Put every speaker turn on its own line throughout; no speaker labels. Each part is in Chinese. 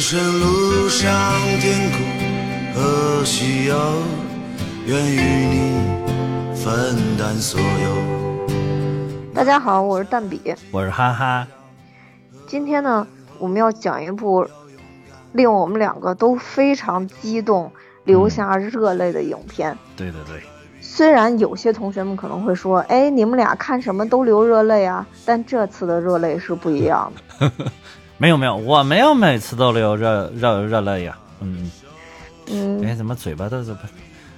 身路上天空何许有，愿与你分担所有。
大家好，我是蛋比。
我是哈哈，
今天呢，我们要讲一部令我们两个都非常激动、流下
嗯
热泪的影片。
对对对，
虽然有些同学们可能会说：“哎，你们俩看什么都流热泪啊！”但这次的热泪是不一样的。
没有没有，我没有每次都流热热热泪呀，嗯，
嗯，
哎，怎么嘴巴都怎么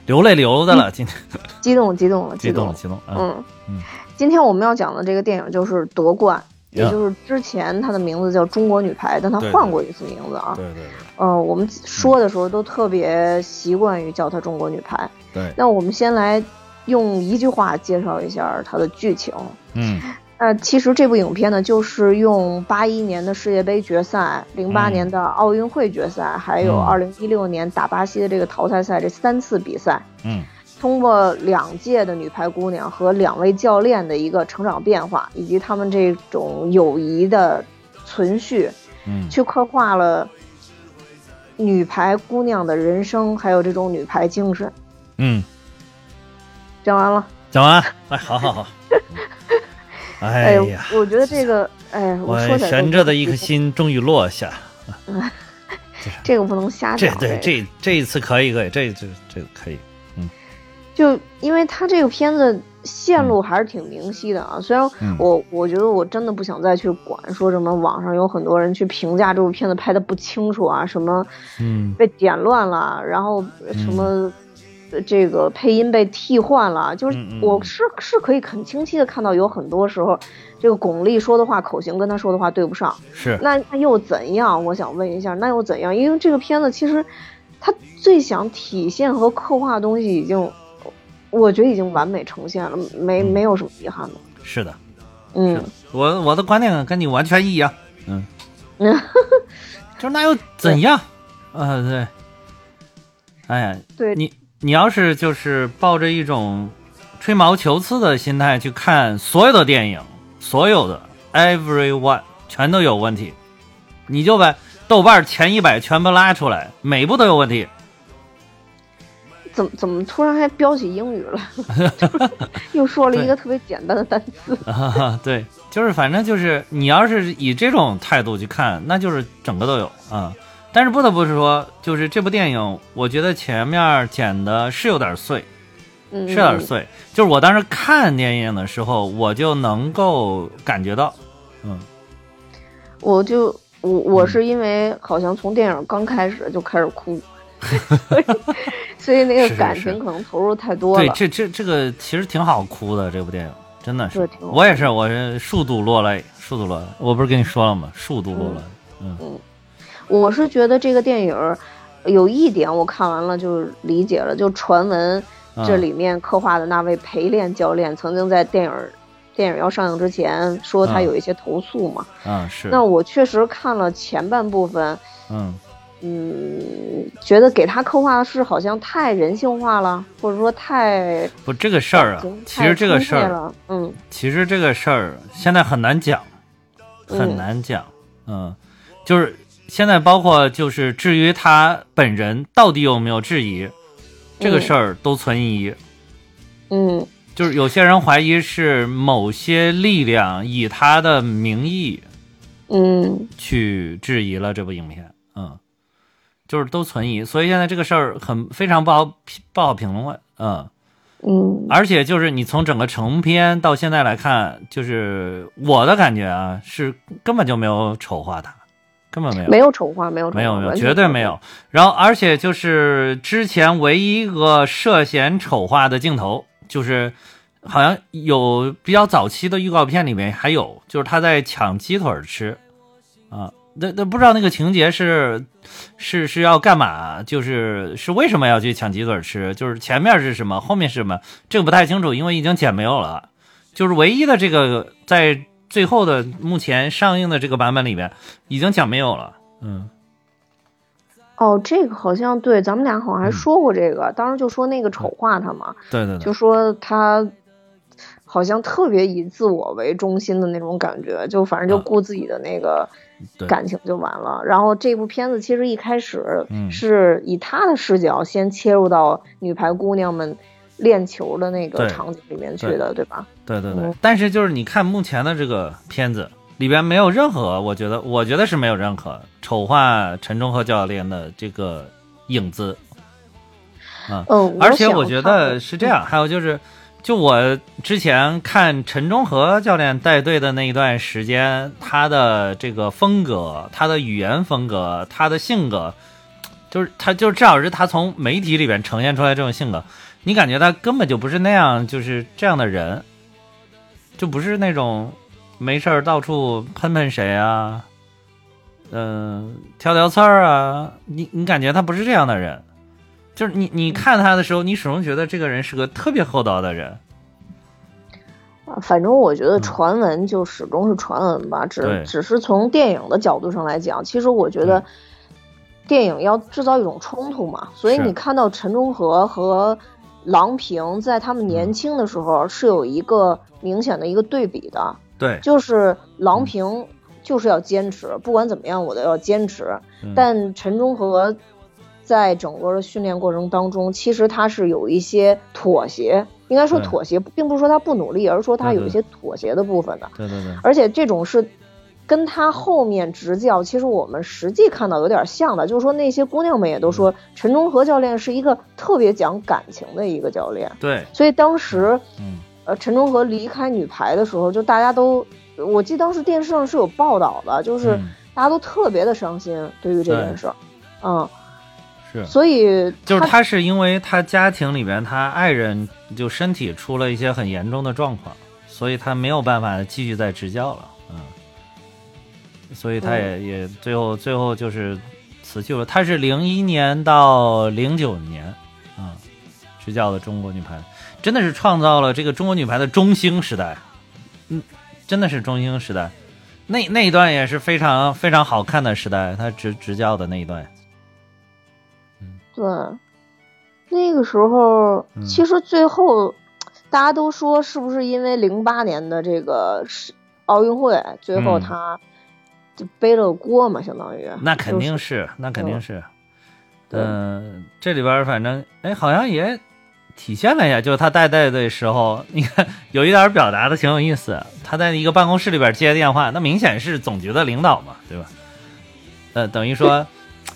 流泪流的了？今天
激动，激动了，
激动
动
了
了。
激动了，嗯
嗯
嗯，
今天我们要讲的这个电影就是《夺冠》，也
呀
就是之前它的名字叫《中国女排》，但它
对对
换过一次名字啊。
嗯对对
呃，我们说的时候都特别习惯于叫它中国女排。
对对，
那我们先来用一句话介绍一下它的剧情。
嗯
那其实这部影片呢，就是用八一年的世界杯决赛、零八
嗯
年的奥运会决赛，还有
嗯
二零一六年打巴西的这个淘汰赛这三次比赛，
嗯
通过两届的女排姑娘和两位教练的一个成长变化，以及她们这种友谊的存续，
嗯，
去刻画了女排姑娘的人生，还有这种女排精神。
嗯，
讲完了，
讲完，哎，好好好，哎
哎，
呀，
我觉得这个，哎，
我
说起来都
悬着的一颗心终于落下，
这个不能瞎
这
讲，哎
对
这
这
个
这一次可以可以，这这这可以，
就因为他这个片子线路还是挺明晰的啊。虽然
嗯
我我觉得我真的不想再去管说什么网上有很多人去评价这部片子拍的不清楚啊，什么
嗯
被点乱了，然后什么。这个配音被替换了，就是
嗯嗯嗯
我是是可以很清晰的看到，有很多时候，这个巩俐说的话口型跟他说的话对不上，
是，
那那又怎样？我想问一下，那又怎样？因为这个片子其实，它最想体现和刻画的东西已经，我觉得已经完美呈现了，没没有什么遗憾的。
嗯是的，
嗯，
我我的观点跟你完全一样，嗯，
嗯
就是那又怎样？啊，对，哎呀，
对，
你你要是就是抱着一种吹毛求疵的心态去看所有的电影，所有的 every one 全都有问题，你就把豆瓣前一百全部拉出来，每部都有问题。
怎么怎么突然还飙起英语了？ 又说了一个特别简单的单词。
啊， 对，就是反正就是你要是以这种态度去看，那就是整个都有啊。但是不得不说，就是这部电影，我觉得前面剪的是有点碎，
嗯，
是有啊点碎。就是我当时看电影的时候，我就能够感觉到，嗯，
我就我我是因为好像从电影刚开始就开始哭， 所以所以那
是
个
是
感
是
情可能投入太多了。
对，这这这个其实挺好哭的，这部电影真的
对
是
挺，好哭
我也是，我是数度落泪，数度落泪。我不是跟你说了吗？数度落泪，嗯
我是觉得这个电影儿有一点我看完了就理解了，就传闻
嗯
这里面刻画的那位陪练教练曾经在电影儿电影要上映之前说他
嗯
有一些投诉嘛。
嗯是，
那我确实看了前半部分，
嗯
嗯，觉得给他刻画的是好像太人性化了，或者说太
不这个事儿啊
感情，
其实这个
太
事
充沛
儿，
了，嗯
其实这个事儿现在很难讲，很
嗯
难讲。嗯，就是现在包括就是至于他本人到底有没有质疑，这个
嗯
事儿都存疑。
嗯
就是有些人怀疑是某些力量以他的名义
嗯
去质疑了这部影片，嗯，就是都存疑，所以现在这个事儿很非常不好不好评论，嗯，
嗯
而且就是你从整个成片到现在来看，就是我的感觉啊，是根本就没有丑化他，根本没有，
没有丑化，没有丑化
没有没有，
完全
绝对
不
没有。然后，而且就是之前唯一一个涉嫌丑化的镜头，就是好像有比较早期的预告片里面还有，就是他在抢鸡腿儿吃，啊，那那不知道那个情节是是是要干嘛，就是是为什么要去抢鸡腿儿吃，就是前面是什么，后面是什么，这个不太清楚，因为已经剪没有了。就是唯一的这个在最后的目前上映的这个版本里面已经讲没有了，嗯。
哦，这个好像对，咱们俩
嗯
好像还说过这个，当时就说那个丑化他嘛，
对对对，
就说他好像特别以自我为中心的那种感觉，就反正就
啊
顾自己的那个
对
感情就完了。然后这部片子其实一开始
嗯
是以他的视角先切入到女排姑娘们练球的那个
对
场景里面去的，对吧？
对对对
嗯。
但是就是你看目前的这个片子里边没有任何，我觉得我觉得是没有任何丑化陈忠和教练的这个影子。
嗯，
而且
想
我觉
看
得是这样，还有就是，就我之前看陈忠和教练带队的那一段时间，他的这个风格、他的语言风格、他的性格，就是他就是至少是他从媒体里边呈现出来这种性格，你感觉他根本就不是那样，就是这样的人，就不是那种没事儿到处喷喷谁啊，嗯、挑挑刺儿啊，你你感觉他不是这样的人。就是你，你看他的时候，你始终觉得这个人是个特别厚道的人。
啊反正我觉得传闻就始终是传闻吧，只
嗯对
只是从电影的角度上来讲，其实我觉得
对
电影要制造一种冲突嘛，所以
是
你看到陈忠和和郎平在他们
嗯
年轻的时候是有一个明显的一个对比的，
对，
就是
嗯
郎平就是要坚持，不管怎么样我都要坚持，
嗯
但陈忠和在整个的训练过程当中，其实他是有一些妥协，应该说
对嗯
妥协，并不是说他不努力，而是说他
对对
有一些妥协的部分的。
对对对，
而且这种是跟他后面执教，其实我们实际看到有点像的，就是说那些姑娘们也
嗯
都说，陈忠和教练是一个特别讲感情的一个教练，
对，
所以当时。
嗯，
呃，陈忠和离开女排的时候，就大家都，我记得当时电视上是有报道的，就是
嗯
大家都特别的伤心对于这
对
件事儿，嗯，
是，
所以
就是他是因为他家庭里边他爱人就身体出了一些很严重的状况，所以他没有办法继续再执教了。嗯，所以他也、也最后最后就是辞去了。他是零一年到零九年啊、执教的中国女排，真的是创造了这个中国女排的中兴时代。嗯，真的是中兴时代。那那一段也是非常非常好看的时代，他执执教的那一段，
对那个时候，
嗯
其实最后大家都说是不是因为零八年的这个是奥运会，最后
嗯
他就背了个锅嘛，相当于
那肯
就
定
啊是嗯
是，那肯定是。
对
嗯，这里边儿反正哎，好像也体现了一下，就是他带队的时候，你看有一点儿表达的挺有意思。他在一个办公室里边儿接电话，那明显是总局的领导嘛，对吧？呃，等于说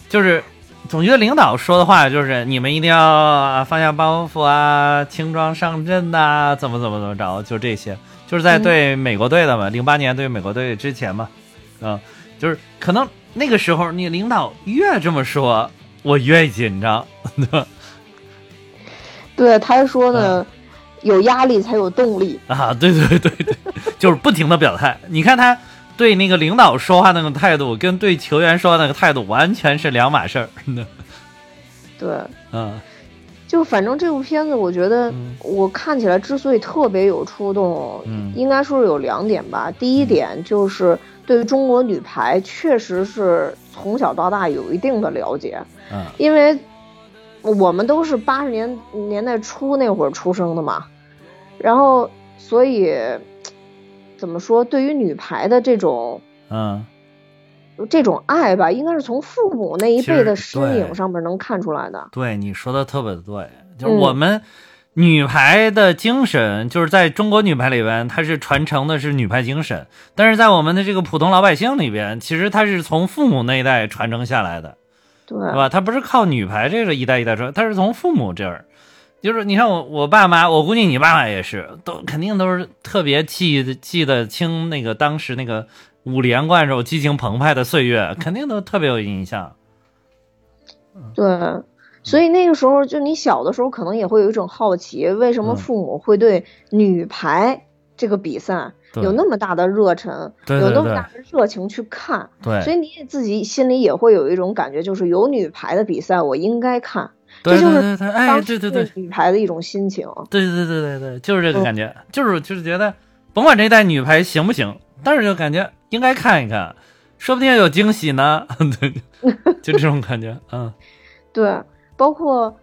就是总局的领导说的话，就是你们一定要啊放下包袱啊，轻装上阵呐、怎么怎么怎么着，就这些，就是在
嗯
对美国队的嘛，零八年对美国队之前嘛，啊、就是可能那个时候你领导越这么说，我越紧张，对吧？
对他还说
嗯
呢，有压力才有动力，
啊， 对对对对，就是不停的表态。你看他对那个领导说话那个态度，跟对球员说话那个态度完全是两码事儿。
对。
嗯
就反正这部片子，我觉得
嗯
我看起来之所以特别有触动，
嗯
应该说是有两点吧。第一点就是对于中国女排，确实是从小到大有一定的了解，
嗯
因为我们都是八十年年代初那会儿出生的嘛，然后所以怎么说，对于女排的这种
嗯，
这种爱吧，应该是从父母那一
其实
辈的身
对
影上面能看出来的。
对，你说的特别对，就是
嗯
我们女排的精神，就是在中国女排里边，它是传承的是女排精神，但是在我们的这个普通老百姓里边，其实它是从父母那一代传承下来的。
对，
对吧？他不是靠女排这个一代一代传，他是从父母这儿，就是你看我我爸妈，我估计你爸妈也是，都肯定都是特别记得记得清那个当时那个五连冠时候激情澎湃的岁月，肯定都特别有印象。
对，所以那个时候就你小的时候可能也会有一种好奇，为什么
嗯
父母会对女排这个比赛
对
有那么大的热忱，
对
有
对
那么
对
大的热情去看？所以
对，
你也自己心里也会有一种感觉，就是有女排的比赛我应该看，
对
这就
对对
是
对，哎，
当
对
时
对对，
女排的一种心情。
对对对对对，就是这
嗯
个感觉，就是就是觉得，甭管这一代女排行不行，但是就感觉应该看一看，说不定 有惊喜呢。对，就这种感觉，嗯
对，包括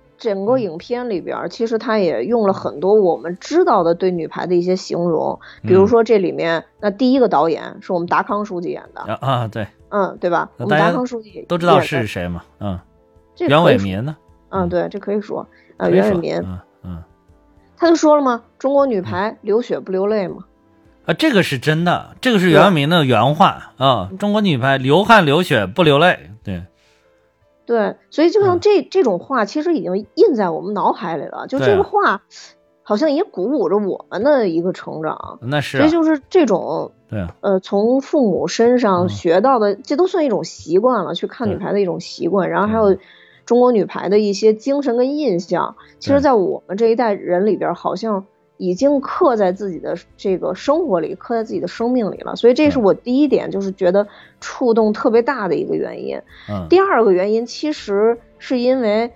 嗯
整个影片里边儿，其实他也用了很多我们知道的对女排的一些形容，
嗯
比如说这里面，那第一个导演是我们达康书记演的，
啊啊，对，
嗯，对吧？
那
我们
大家
达康书记
都知道
演的
是谁嘛，嗯，
这
袁
可
伟
以说，
民呢，
嗯，对，这可以说，呃，
可以
袁伟
说
民，
嗯嗯，
他就说了嘛，中国女排流血不流泪嘛，
啊，这个是真的，这个是
对
袁伟民的原话啊，中国女排流汗流血不流泪，对，
对，所以就
嗯
像这、这种话，其实已经印在我们脑海里了，就
对
这
啊
个话，好像也鼓舞着我们的一个成长，
那是
所
啊
以就是这种。
对啊，
呃，从父母身上学到的，这都算一种习惯了，去看
嗯对
女排的一种习惯。然后还有中国女排的一些精神跟印象，其
对
实，在我们这一代人里边，好像已经刻在自己的这个生活里，刻在自己的生命里了。所以，这是
对
我第一点，就是觉得触动特别大的一个原因。
嗯，
第二个原因其实是因为，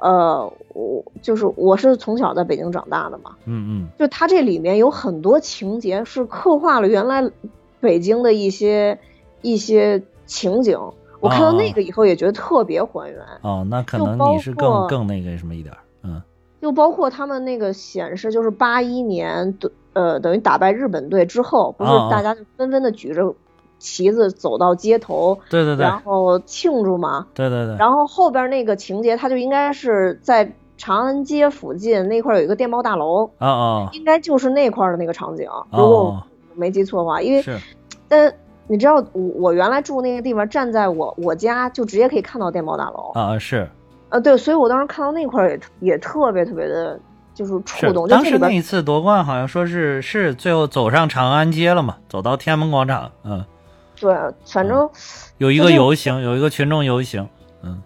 呃，我就是我是从小在北京长大的嘛，
嗯
就它这里面有很多情节是刻画了原来北京的一些一些情景。我
啊
看到那个以后也觉得特别还原，
嗯，哦，那可
就
能
包
你是更
括
更那个什么一点儿，嗯
就包括他们那个显示，就是八一年对呃等于打败日本队之后，不是
啊啊
大家就纷纷的举着旗子走到街头，
对对对
然后庆祝嘛。
对对对，
然后后边那个情节，它就应该是在长安街附近那块儿有一个电报大楼，
啊啊，
应该就是那块儿的那个场景，如果
哦
我没记错的话，因为
是
但你知道我我原来住那个地方，站在我我家就直接可以看到电报大楼，
啊啊是
呃，对，所以我当时看到那块儿也也特别特别的，就是触
是，
动，就
当
这
时
里
那一
边
次夺冠好像说是是最后走上长安街了嘛，走到天安门广场，嗯，
对，反正
有一
就
个
是
游行，有一个群众游行，嗯，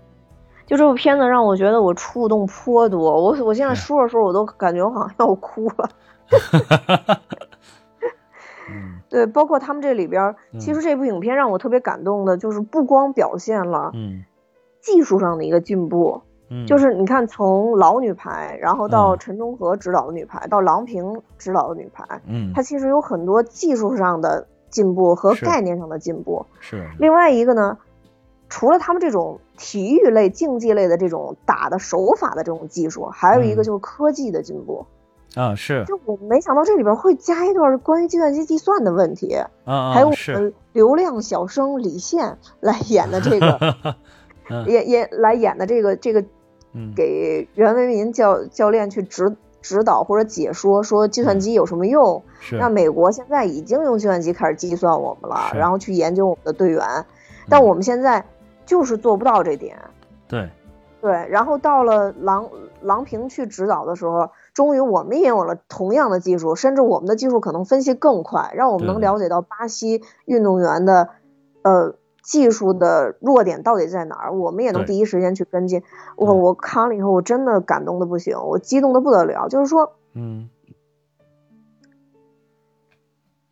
就这部片子让我觉得我触动颇多，我我现在说着说着我都感觉我好像要哭了。
嗯
对，包括他们这里边儿，其实这部影片让我特别感动的，就是不光表现了
嗯
技术上的一个进步，
嗯，
就是你看从老女排，然后到
嗯
陈忠和指导的女排，到郎平指导的女排，
嗯
它其实有很多技术上的进步和
是
概念上的进步。
是
另外一个呢，除了他们这种体育类、竞技类的这种打的手法的这种技术，还有一
嗯
个就是科技的进步。
啊是
就我没想到这里边会加一段关于计算机计算的问题，
啊
还有
啊
我
是，
们流量小生李现 来演的 这个
嗯，
也也来演的这个这个
嗯
给袁为民教教练去指指导或者解说，说计
嗯
算机有什么用？
是
那美国现在已经用计算机开始计算我们了，
是嗯
然后去研究我们的队员，但我们现在就是做不到这点。
对
对，然后到了郎郎平去指导的时候，终于我们也有了同样的技术，甚至我们的技术可能分析更快，让我们
对
能了解到巴西运动员的，呃，技术的弱点到底在哪儿，我们也能
对
第一时间去跟进。我我看了以后，我真的感动的不行，我激动的不得了，就是说，
嗯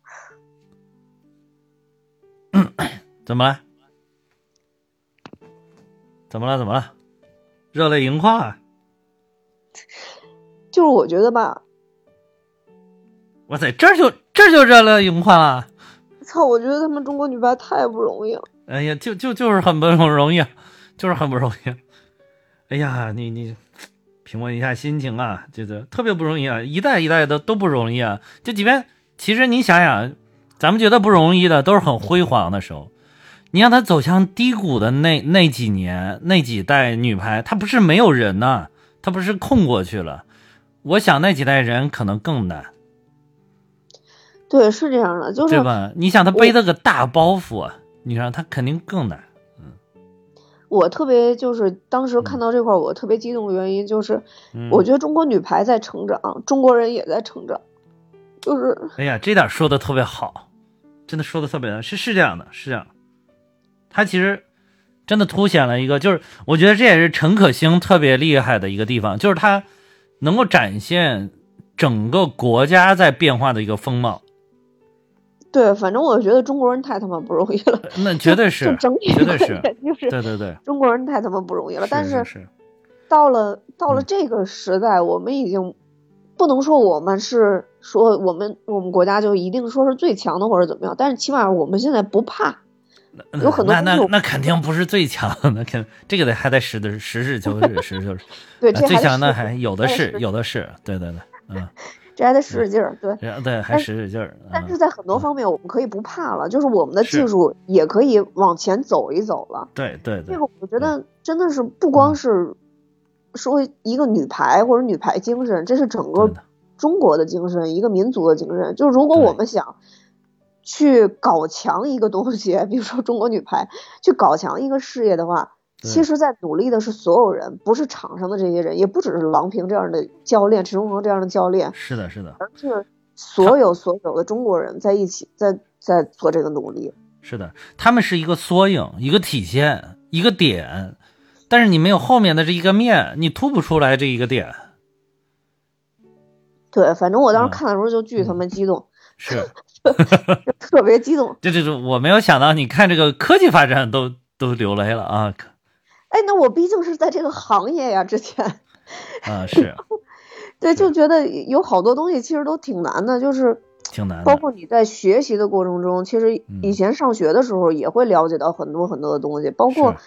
怎么了？怎么了？怎么了？热泪盈眶啊！
就是我觉得吧，
哇塞，这儿就这儿就热泪盈眶了。
操，我觉得他们中国女排太不容易了。
哎呀，就就就是很不容易，啊就是很不容易。啊哎呀，你你平稳一下心情啊，就是特别不容易啊，一代一代的都不容易啊。就即便其实你想想，咱们觉得不容易的都是很辉煌的时候，你让他走向低谷的那那几年那几代女排，她不是没有人呐、她不是空过去了。我想那几代人可能更难，
对，是这样的，就是
对吧？你想她背着个大包袱啊，你让她肯定更难。
我特别就是当时看到这块儿，我特别激动的原因就是，
嗯
我觉得中国女排在成长，中国人也在成长，就是
哎呀，这点说的特别好，真的说的特别好，是是这样的，是这样的。他其实真的凸显了一个，就是我觉得这也是陈可辛特别厉害的一个地方，就是他能够展现整个国家在变化的一个风貌，
对，反正我觉得中国人太他妈不容易了，
呃那绝对，
就是整体
绝对
观
是，
点就是
对对对，
中国人太他妈不容易了。但
是
是
是
到了到了
嗯
这个时代，我们已经不能说我们是说我们我们国家就一定说是最强的或者怎么样，但是起码我们现在不怕，有很多
那那
东西我
那肯定不是最强，那肯这个得还得实的实事求是，实事求是。
对，
啊
这
最
还
强
得
的
使
还有的
还得
是
使，
有的是，对对对，嗯，
这还得使使劲儿，对。
然后对还
但
使使劲儿，
但是
嗯，
在很多方面，我们可以不怕了，就是我们的技
是
术也可以往前走一走了。
对对对嗯
这，个我觉得真的是不光是说一个女排或者女排精神，这是整
对
个
的
中国的精神，一个民族的精神。就是如果
对
我们想去搞强一个东西， 比如说中国女排，去搞强一个事业的话，
对
其实在努力的是所有人，不是场上的这些人，也不只是郎平这样的教练、陈忠诚这样的教练，
是的是的
而是所有所有的中国人在一起在在做这个努力。
是的，他们是一个缩影，一个体现，一个点，但是你没有后面的这一个面，你突不出来这一个点，
对，反正我当时
嗯
看的时候就巨他妈激动，
是。
就特别激动。
这这这，我没有想到，你看这个科技发展都都流泪了啊可
哎，那我毕竟是在这个行业呀，之前
啊，是
对，就觉得有好多东西其实都挺难的，就是
挺难
包
的，
括你在学习的过程中，其实以
嗯
前上学的时候也会了解到很多很多的东西，包括
是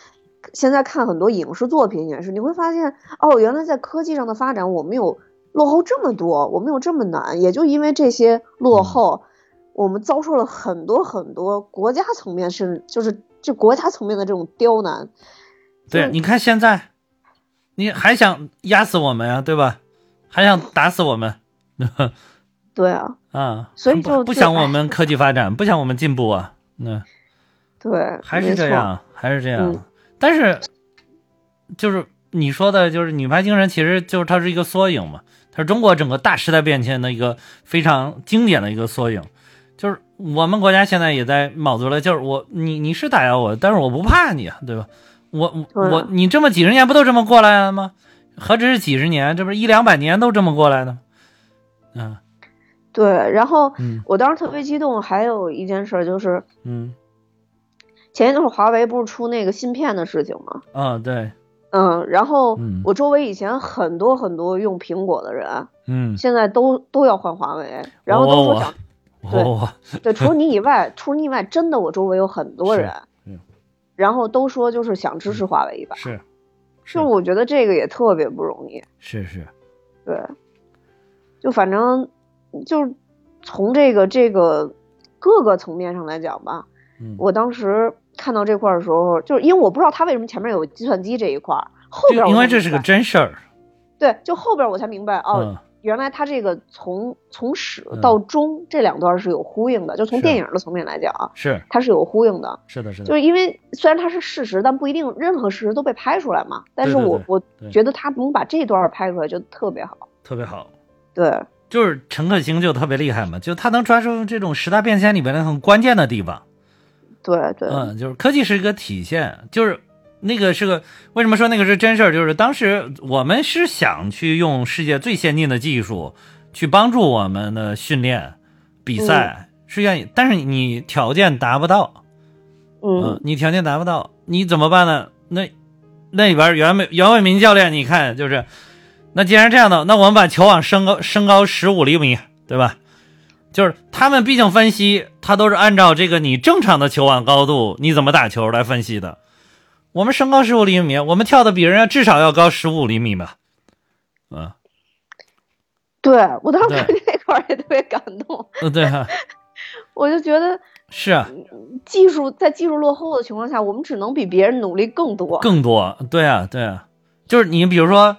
现在看很多影视作品也是，你会发现哦，原来在科技上的发展，我们有落后这么多，我们有这么难，也就因为这些落
嗯
后，我们遭受了很多很多国家层面甚至就是就国家层面的这种刁难，
对，你看现在，你还想压死我们呀、对吧？还想打死我们，
对啊，
啊，
所以
不
就
不
就
想
哎
我们科技发展，不想我们进步啊，嗯，
对，
还
没
是这
错。
样，还是这样。
嗯
但是，就是你说的，就是女排精神，其实就是它是一个缩影嘛，它是中国整个大时代变迁的一个非常经典的一个缩影。就是我们国家现在也在卯足了劲儿，我你你是打压我，但是我不怕你，啊，对吧？我
对啊
我你这么几十年不都这么过来的吗？何止是几十年，这不是一两百年都这么过来的吗？嗯
对，然后
嗯
我当时特别激动，还有一件事儿就是
嗯
前一段儿华为不是出那个芯片的事情吗？
啊、对，
嗯，然后
嗯
我周围以前很多很多用苹果的人，
嗯，
现在都都要换华为，然后都
我哦
说
我
长
我
对
我
对，除了你以外，除了你以外，真的我周围有很多
是
人
嗯，
然后都说就是想支持华为一把，
是
就是我觉得这个也特别不容易，
是是，
对，就反正就是从这个这个各个层面上来讲吧，
嗯，
我当时看到这块儿的时候，就是因为我不知道他为什么前面有计算机这一块儿，后边
就
我
因
才
为这是个
明白
真事儿，
对，就后边我才明白哦，
嗯
原来他这个从从始
嗯
到终、这两段是有呼应的，就从
是嗯
电影的层面来讲啊，
是
它是有呼应的，
是的，是
就
的，
是因为虽然它是事实，但不一定任何事实都被拍出来嘛，但是
对对
我
对
我
对
觉得他能把这段拍出来就特别好，
特别好。
对
就是陈可辛就特别厉害嘛，就他能抓住这种时代变迁里边的很关键的地方。
对对、
嗯，就是科技是一个体现，就是那个是个为什么说那个是真事儿，就是当时我们是想去用世界最先进的技术去帮助我们的训练比赛，是愿意，但是你条件达不到，嗯
嗯，，
你条件达不到，你怎么办呢？那那里边袁伟袁伟民教练，你看就是，那既然这样的，那我们把球网升高升高十五厘米，对吧？就是他们毕竟分析，他都是按照这个你正常的球网高度，你怎么打球来分析的。我们升高十五厘米，我们跳的比人家至少要高十五厘米吧？嗯，
对我当时看
对
这块儿也特别感动，
呃对啊，
我就觉得。
是啊，
技术在技术落后的情况下，我们只能比别人努力更多。
更多，对啊，对啊，就是你比如说，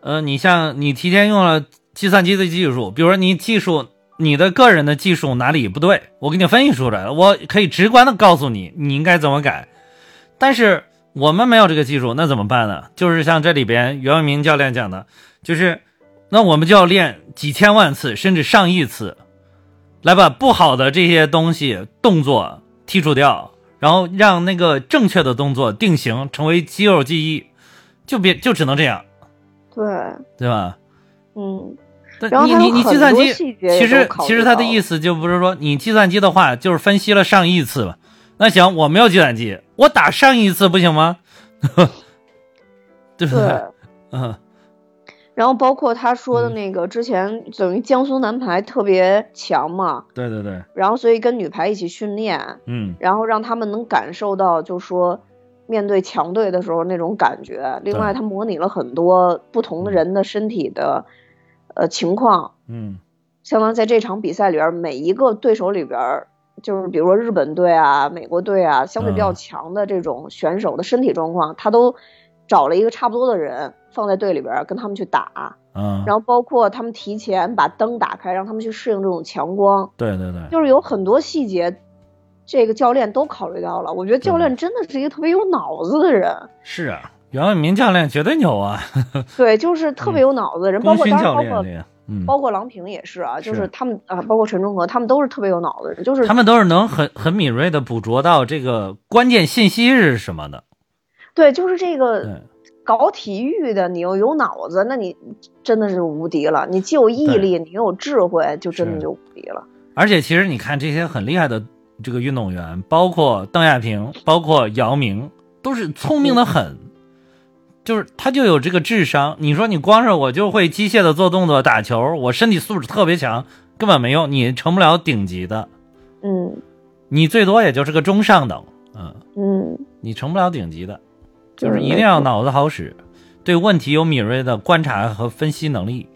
呃，你像你提前用了计算机的技术，比如说你技术你的个人的技术哪里不对，我给你分析出来了，我可以直观的告诉你你应该怎么改。但是我们没有这个技术，那怎么办呢？就是像这里边袁伟民教练讲的，就是那我们就要练几千万次，甚至上亿次，来把不好的这些东西动作剔除掉，然后让那个正确的动作定型，成为肌肉记忆，就别就只能这样，
对，
对吧？
嗯，
但
然后
你
它
你
有
你
很
计算
多
机
细节也
其
都
实
考
其
虑
实他的
到
意思就不是说你计算机的话就是分析了上亿次吧？那行，我没有计算机，我打 上亿次不行吗？对不
对，
嗯，
然后包括他说的那个之前等于江苏男排特别强嘛，
对对对，
然后所以跟女排一起训练，
嗯，
然后让他们能感受到，就说面对强队的时候那种感觉。另外，
对
他模拟了很多不同的人的身体的呃情况，
嗯，
相当于在这场比赛里边儿，每一个对手里边儿，就是比如说日本队啊、美国队啊，相对比较
嗯
强的这种选手的身体状况，他都找了一个差不多的人放在队里边儿跟他们去打，
啊，
然后包括他们提前把灯打开，让他们去适应这种强光。
对对对，
就是有很多细节，这个教练都考虑到了。我觉得教
嗯
练真的是一个特别有脑子的人，
是啊，袁伟民教练绝对牛啊，
对，就是特别有脑子的人。包
嗯功
括
勋
当然
教
包
练
括
这个，嗯，
包括郎平也是啊，就是是他们啊，包括陈忠和，他们都是特别有脑子的人。就是
他们都是能很很敏锐的捕捉到这个关键信息是什么的，
对，就是这个
对
搞体育的，你又有脑子，那你真的是无敌了。你既有毅力，你又有智慧，就真的
是
就无敌了。
而且其实你看这些很厉害的这个运动员，包括邓亚萍，包括姚明，都是聪明的很，就是他就有这个智商。你说你光是我就会机械的做动作、打球，我身体素质特别强，根本没用，你成不了顶级的，
嗯
你最多也就是个中上等，嗯，
嗯，
你成不了顶级的，
对
就是一定要脑子好使，对问题有敏锐的观察和分析能力。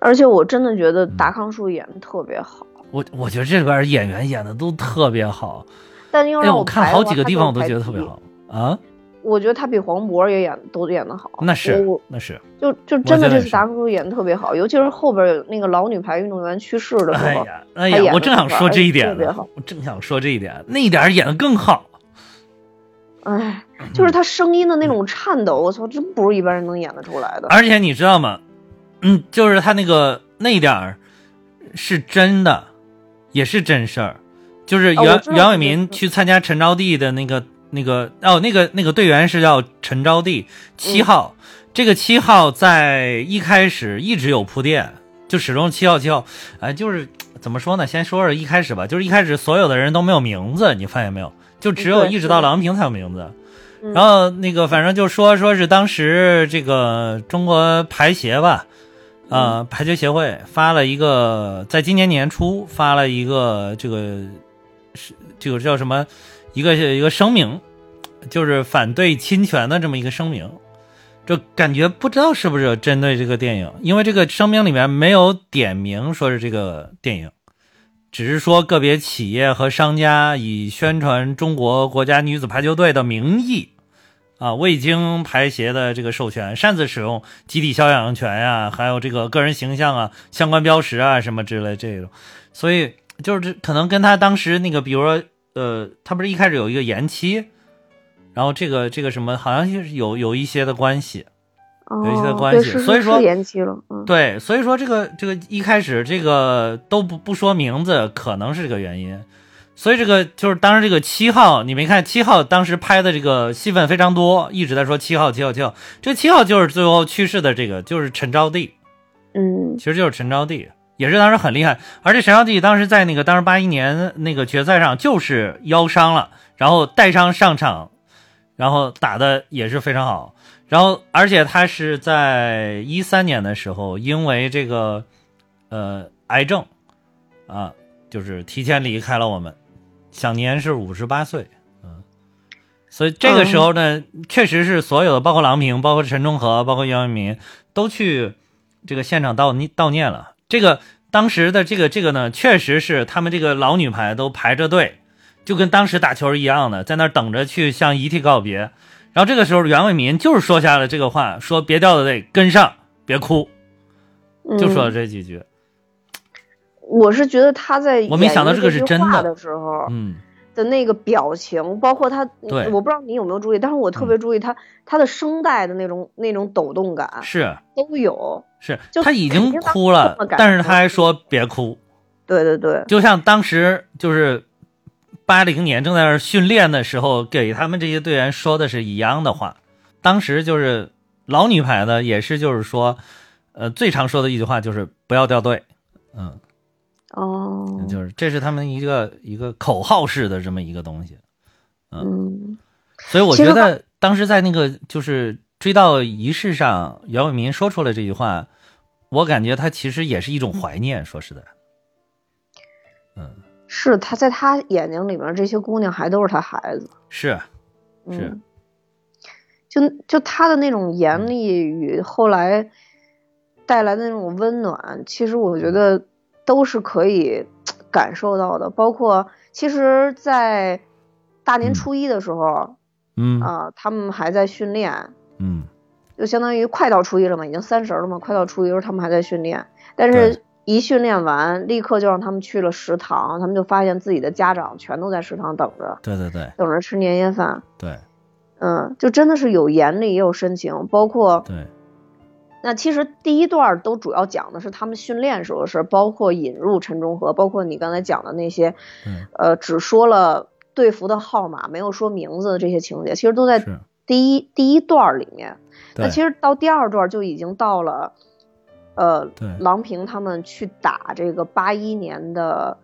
而且我真的觉
嗯
得达康叔演的特别好。
我我觉得这里边演员演的都特别好，
但要
哎，
让
我看
排
好
的话
几个
他
地
就
方我
是
都
排
觉得特
第
别
一。
好啊，
我觉得他比黄渤也演都演得好，
那是
我
那是，
就就真
我觉
的
得
这
也
次
是
达叔演得特别好，尤其是后边有那个老女排运动员去世的时
哎
候，
呀哎
他演
呀，
得
我正想说这一点
特别
呢
好，
我正想说这一点，那一点儿演的更好，
哎，就是他声音的那种颤抖，我操，真不是一般人能演得出来的。
而且你知道吗？嗯，就是他那个那一点儿是真的，也是真事儿，就是
哦
袁、
我知道
袁
这
伟
个
民
事
去参加陈招娣的那个那个哦，那个那个队员是叫陈招娣
嗯
七号，这个七号在一开始一直有铺垫，就始终七号七号，哎，就是怎么说呢？先说说一开始吧，就是一开始所有的人都没有名字，你发现没有？就只有
对
一直
是
到
的
郎平才有名字。
嗯
然后那个反正就说说是当时这个中国排协吧，
嗯
呃，排球协会发了一个，在今年年初发了一个这个是这个叫什么一个一个声明，就是反对侵权的这么一个声明。就感觉不知道是不是针对这个电影，因为这个声明里面没有点名说是这个电影，只是说个别企业和商家以宣传中国国家女子排球队的名义，啊，未经排协的这个授权，擅自使用集体肖像权呀、还有这个个人形象啊、相关标识啊什么之类这种，所以就是这可能跟他当时那个，比如说呃，他不是一开始有一个延期，然后这个这个什么，好像是有有一些的关系，啊有一些的
哦
关
对
系
是是
所以说
是延期了，嗯，
对，所以说这个这个一开始这个都不不说名字，可能是这个原因。所以这个就是当时这个七号，你没看七号当时拍的这个戏份非常多，一直在说七号七号七号，这七号就是最后去世的这个就是陈招娣，
嗯
其实就是陈招娣，也是当时很厉害。而且陈招娣当时在那个当时八一年那个决赛上就是腰伤了，然后带伤上场，然后打的也是非常好。然后而且她是在一三年的时候，因为这个呃癌症啊，就是提前离开了我们，享年是五十八岁。嗯，所以这个时候呢，确实是所有的，包括郎平，包括陈忠和，包括姚明，都去这个现场悼念悼念了。这个当时的这个这个呢，确实是他们这个老女排都排着队，就跟当时打球一样的，在那儿等着去向遗体告别。然后这个时候，袁伟民就是说下了这个话，说别掉队，跟上，别哭，
嗯，
就说了这几句。
我是觉得他在
我没想到
演
这个是
绎
真
句话
的
的时候，
嗯，
的那个表情，包括他，
对嗯
我不知道你有没有注意，但是我特别注意他、他的声带的那种那种抖动感
是
都有。
是，
就
他已经
肯定他
哭了
这么，感
但是
动
他还说别哭，
对对对，
就像当时就是八零年正在那儿训练的时候，给他们这些队员说的是一样的话。当时就是老女排呢，也是就是说，呃，最常说的一句话就是不要掉队，嗯，
哦，
就是这是他们一个一个口号式的这么一个东西。
嗯，
所以我
其
觉
实
得当时在那个就是追悼仪式上，姚伟民说出了这句话，我感觉他其实也是一种怀念。说实在，嗯，
是他在他眼睛里面，这些姑娘还都是他孩子。
是是
嗯，就就他的那种严厉与后来带来的那种温暖，其实我觉得都是可以感受到的。包括其实，在大年初一的时候啊、
嗯
他们还在训练，
嗯
就相当于快到初一了嘛，已经三十了嘛，快到初一的时候他们还在训练，但是
对
一训练完，立刻就让他们去了食堂，他们就发现自己的家长全都在食堂等着，
对对对
等着吃年夜饭。
对
嗯，就真的是有严厉也有深情，包括
对，
那其实第一段儿都主要讲的是他们训练时候的事儿，包括引入陈忠和，包括你刚才讲的那些，
嗯
呃，只说了队服的号码，没有说名字的这些情节，其实都在
是，
第一第一段儿里面。那
对
其实到第二段儿就已经到了，呃，
对
郎平他们去打这个八一年的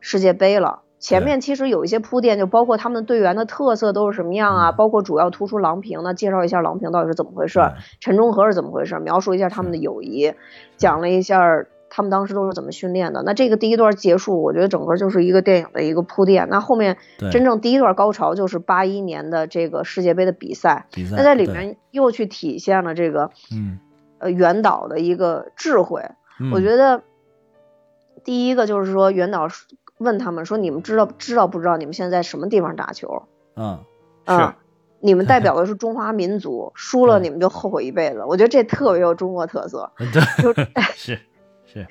世界杯了。前
对
面其实有一些铺垫，就包括他们队员的特色都是什么样啊，
嗯
包括主要突出郎平呢，介绍一下郎平到底是怎么回事儿，
对
陈忠和是怎么回事儿，描述一下他们的友谊，讲了一下儿他们当时都是怎么训练的。那这个第一段结束，我觉得整个就是一个电影的一个铺垫。那后面
对
真正第一段高潮就是八一年的这个世界杯的比赛，
比赛
那在里
对
面又去体现了这个
嗯，
呃袁导的一个智慧。
嗯
我觉得第一个就是说袁导是问他们说：“你们知道知道不知道你们现在在什么地方打球？
嗯
啊
是，
你们代表的是中华民族，输了
对
你们就后悔一辈子。”我觉得这特别有中国特色。
嗯对
啊就是
是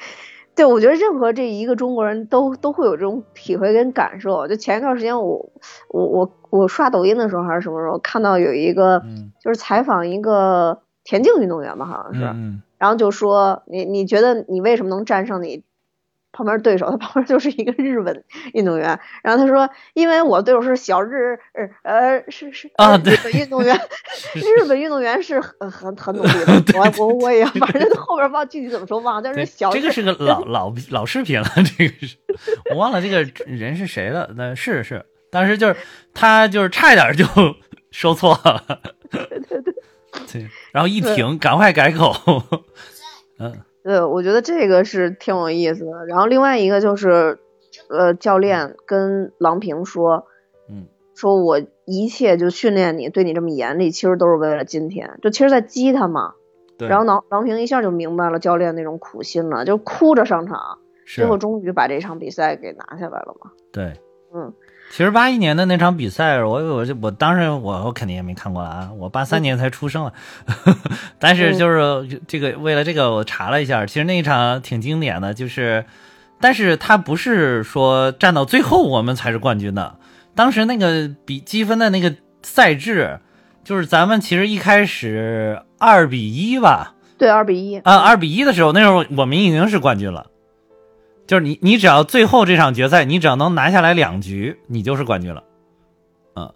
对，我觉得任何这一个中国人都都会有这种体会跟感受。就前一段时间我我我我刷抖音的时候还是什么时候看到有一个、
嗯
就是采访一个田径运动员吧，好像是，
嗯
然后就说你你觉得你为什么能战胜你旁边对手？他旁边就是一个日本运动员，然后他说因为我对手是小日呃呃是是
啊
呃
对
日本运动员， 日本运动员是很很很努力的
对，
我我我也反正后边忘具体怎么说忘了，但是
对，
小
这个
日
是个老老老视频了，这个是我忘了这个人是谁了，那是是，当时就是他就是差一点就 说错了，对对对，然后一停，赶快改口，嗯
对，呃我觉得这个是挺有意思的。然后另外一个就是，呃，教练跟郎平说，
嗯，
说我一切就训练你，对你这么严厉，其实都是为了今天，就其实在激他嘛。
对，
然后郎郎平一下就明白了教练那种苦心了，就哭着上场，
是
最后终于把这场比赛给拿下来了嘛。
对，
嗯，
其实八一年的那场比赛，我我我当时我我肯定也没看过了啊，我八三年才出生了， 但是就是这个为了这个我查了一下，其实那一场挺经典的，就是，但是他不是说站到最后我们才是冠军的，当时那个比积分的那个赛制，就是咱们其实一开始二比一吧，
对，二比一。
啊，二比一的时候，那时候我们已经是冠军了。就是你，你只要最后这场决赛，你只要能拿下来两局，你就是冠军了。嗯，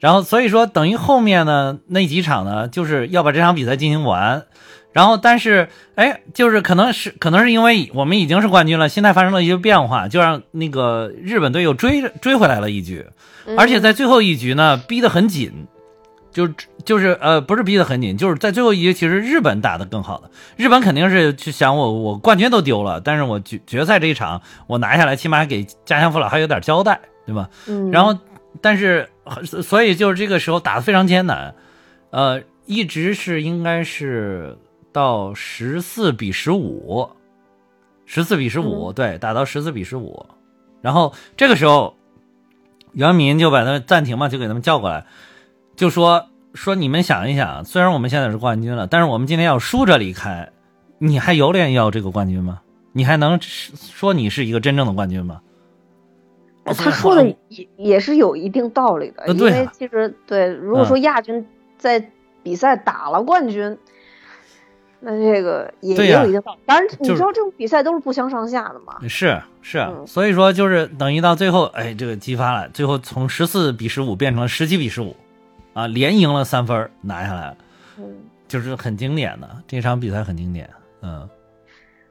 然后所以说，等于后面呢那几场呢，就是要把这场比赛进行完。然后，但是，哎，就是可能是可能是因为我们已经是冠军了，心态发生了一些变化，就让那个日本队又追追回来了一局。
嗯
而且在最后一局呢，逼得很紧，就是就是呃，不是逼得很紧，就是在最后一局，其实日本打得更好的，日本肯定是去想我我冠军都丢了，但是我决决赛这一场我拿下来，起码给家乡父老还有点交代，对吧？
嗯，
然后，但是所以就是这个时候打得非常艰难，呃，一直是应该是到十四比十五，十四比十五、对，打到十四比十五，然后这个时候，袁民就把他们暂停嘛，就给他们叫过来，就说说你们想一想，虽然我们现在是冠军了，但是我们今天要输着离开，你还有脸要这个冠军吗？你还能说你是一个真正的冠军吗？
哎他说的也也是有一定道理的，
呃
因
对啊嗯
为其实对，如果说亚军在比赛打了冠军，那这个也
对
也
呀
有一定道理。当然，你
就是
知道这种比赛都是不相上下的嘛。
是是啊，
嗯
所以说就是等于到最后，哎，这个激发了，最后从十四比十五变成了十七比十五，啊，连赢了三分儿拿下来了，
嗯，
就是很经典的这场比赛很经典，嗯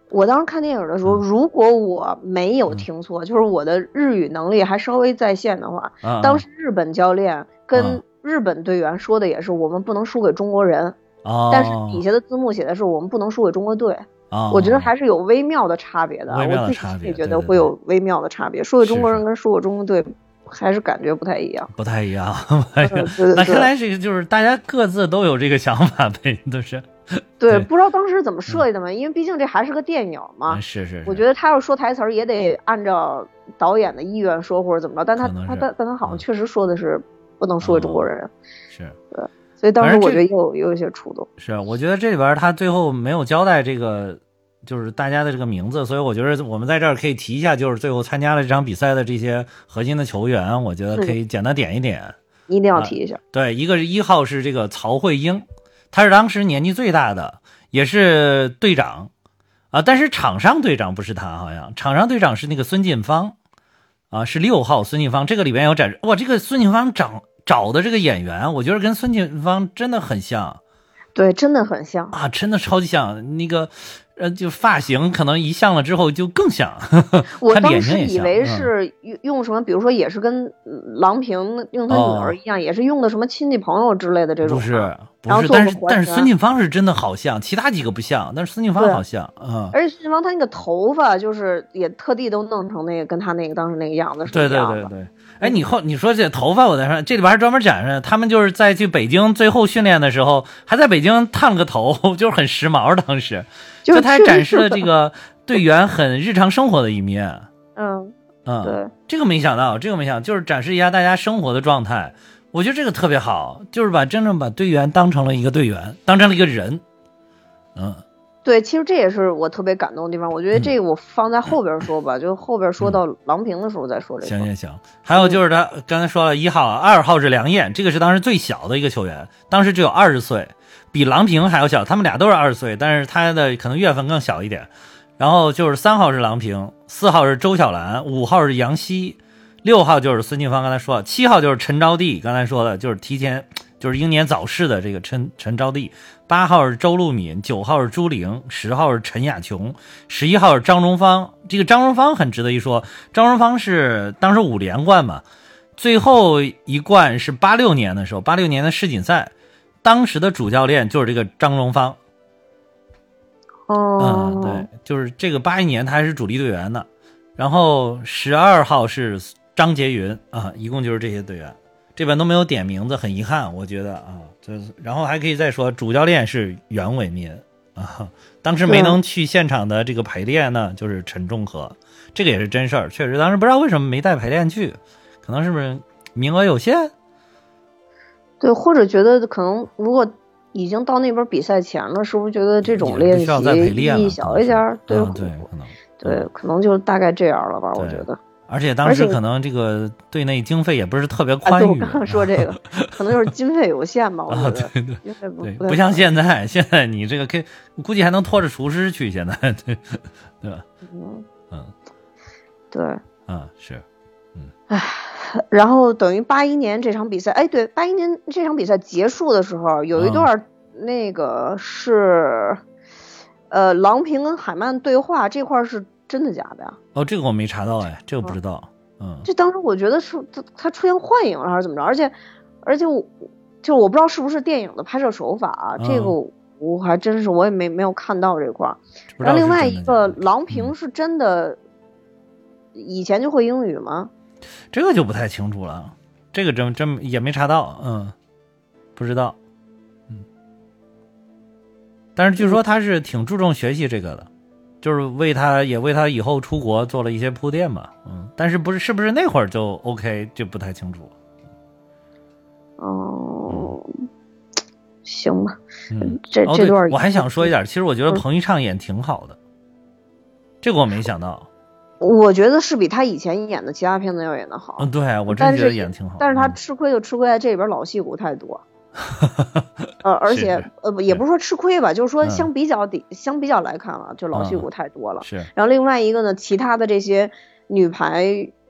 我当时看电影的时候，
嗯
如果我没有听错，就是我的日语能力还稍微在线的话，
啊，
当时日本教练跟
嗯
日本队员说的也是，我们不能输给中国人，
哦，
但是底下的字幕写的是我们不能输给中国队。
哦，
我觉得还是有微妙的差别的啊，
微妙的
我自
差
己
别
也觉
对
得
对
会
对
有微妙的差别。说给中国
是是
人跟说给中国队还是感觉不太一样。
不太一样。
对嗯对
哎 那看
对
来这个就是大家各自都有这个想法呗，都是。对
对，不知道当时怎么设计的嘛，因为毕竟这还是个电影嘛
嗯。是是是，
啊我觉得他要说台词儿也得按照导演的意愿说或者怎么着，但他
可能
他
是
他但他好
嗯
像确实说的是不能输给中国人，
是
所以当时
反正
我
这
觉得有有一些触动。
是，我觉得这里边他最后没有交代这个，就是大家的这个名字，所以我觉得我们在这儿可以提一下，就是最后参加了这场比赛的这些核心的球员，我觉得可以简单点一点。
你一定
啊
要提一下，
对，一个是一号是这个曹慧英，她是当时年纪最大的，也是队长啊，但是场上队长不是她，好像场上队长是那个孙晋芳啊，是六号孙晋芳。这个里面有展示，哇，这个孙晋芳找找的这个演员，我觉得跟孙晋芳真的很像
对，真的很像。
啊，真的超级像。那个呃，就发型可能一像了之后就更像，
我
看
当
脸型
时
也
以
像。
为
嗯
是用用什么，比如说也是跟嗯郎平用他女
哦
儿一样，也是用的什么亲戚朋友之类的这种
不
啊。
是不
然后
是，
做
但
个
是
活
但是
人
孙晋芳是真的好像，其他几个不像，但是孙晋芳
对
好像，嗯，
而且孙芳他那个头发就是也特地都弄成那个跟他那个当时那个样子是
对
一
对
样
对
的。
对。哎，你后你说这头发，我再说这里边还专门展示，他们就是在去北京最后训练的时候，还在北京烫了个头， 就是很时髦。当时
就
他还
确实
展示了
是
这个队员很日常生活的一面。
嗯，
嗯，
对，
这个没想到，这个没想到，就是展示一下大家生活的状态。我觉得这个特别好，就是把真正把队员当成了一个队员，当成了一个人。嗯，
对，其实这也是我特别感动的地方。我觉得
嗯
这个我放在后边说吧，就后边说到郎平的时候再说这
行
个。
行
嗯
行，还有就是他刚才说了一号啊、二号是梁燕，这个是当时最小的一个球员，当时只有二十岁，比郎平还要小。他们俩都是二十岁，但是他的可能月份更小一点。然后就是三号是郎平，四号是周小兰，五号是杨曦，六号就是孙晋芳，刚才说了，七号就是陈招娣，刚才说了，就是提前就是英年早逝的这个陈陈招娣，八号是周路敏，九号是朱玲，十号是陈雅琼，十一号是张荣芳。这个张荣芳很值得一说，张荣芳是当时五连冠嘛，最后一冠是八六年的时候，八六年的世锦赛，当时的主教练就是这个张荣芳。
哦
嗯，，对，就是这个八一年他还是主力队员呢。然后十二号是张杰云啊，一共就是这些队员，这边都没有点名字，很遗憾，我觉得啊，就是然后还可以再说，主教练是袁伟民啊，当时没能去现场的这个陪练呢，就是陈仲和，这个也是真事儿，确实当时不知道为什么没带陪练去，可能是不是名额有限？
对，或者觉得可能如果已经到那边比赛前了，是不是觉得这种
也
练
不
习
需要再陪练了
意义小一点儿？对
嗯，对，可能。
对，可能就大概这样了吧，我
对
觉得。
而且当
而
时
且
可能这个队内经费也不是特别
啊，
宽
对，我
裕，
刚刚说这 个，可能就是经费有限吧，我觉得。
啊 对对
经费不
对，
太
不像现在，现在你这个可以估计还能拖着厨师去，现在对对吧？
嗯
嗯
对，
嗯，是
然后等于八一年这场比赛，哎，对，八一年这场比赛结束的时候，有一
嗯
段儿那个是，呃，郎平跟海曼对话这块儿是真的假的呀？
哦，这个我没查到哎，这个不知道，嗯
这当时我觉得是他他出现幻影了还是怎么着，而且而且我就我不知道是不是电影的拍摄手法啊，这个我我还真是我也没没有看到这块儿。
嗯不知道
然后
是
另外
真的
一
假的
个
嗯
郎平是真的以前就会英语吗？
这个就不太清楚了，这个真真也没查到，嗯，不知道，嗯，但是据说他是挺注重学习这个的，就是为他也为他以后出国做了一些铺垫吧，嗯，但是不是是不是那会儿就 OK 就不太清楚，
哦、行吧，
嗯。
这、
哦，
这
对
段儿
我还想说一点，其实我觉得
嗯
彭昱畅演挺好的，这个我没想到。
我觉得是比他以前演的其他片子要演的好。
嗯，对我真
但
觉得
是
演得挺好的。
但是他
嗯
吃亏就吃亏在这里边老戏骨太 多，呃，而
是
且
是
呃不也
对
不是说吃亏吧，就
嗯
是说相比较底、相比较来看啊，就老戏
嗯
骨太多了。
是
然后另外一个呢，其他的这些女排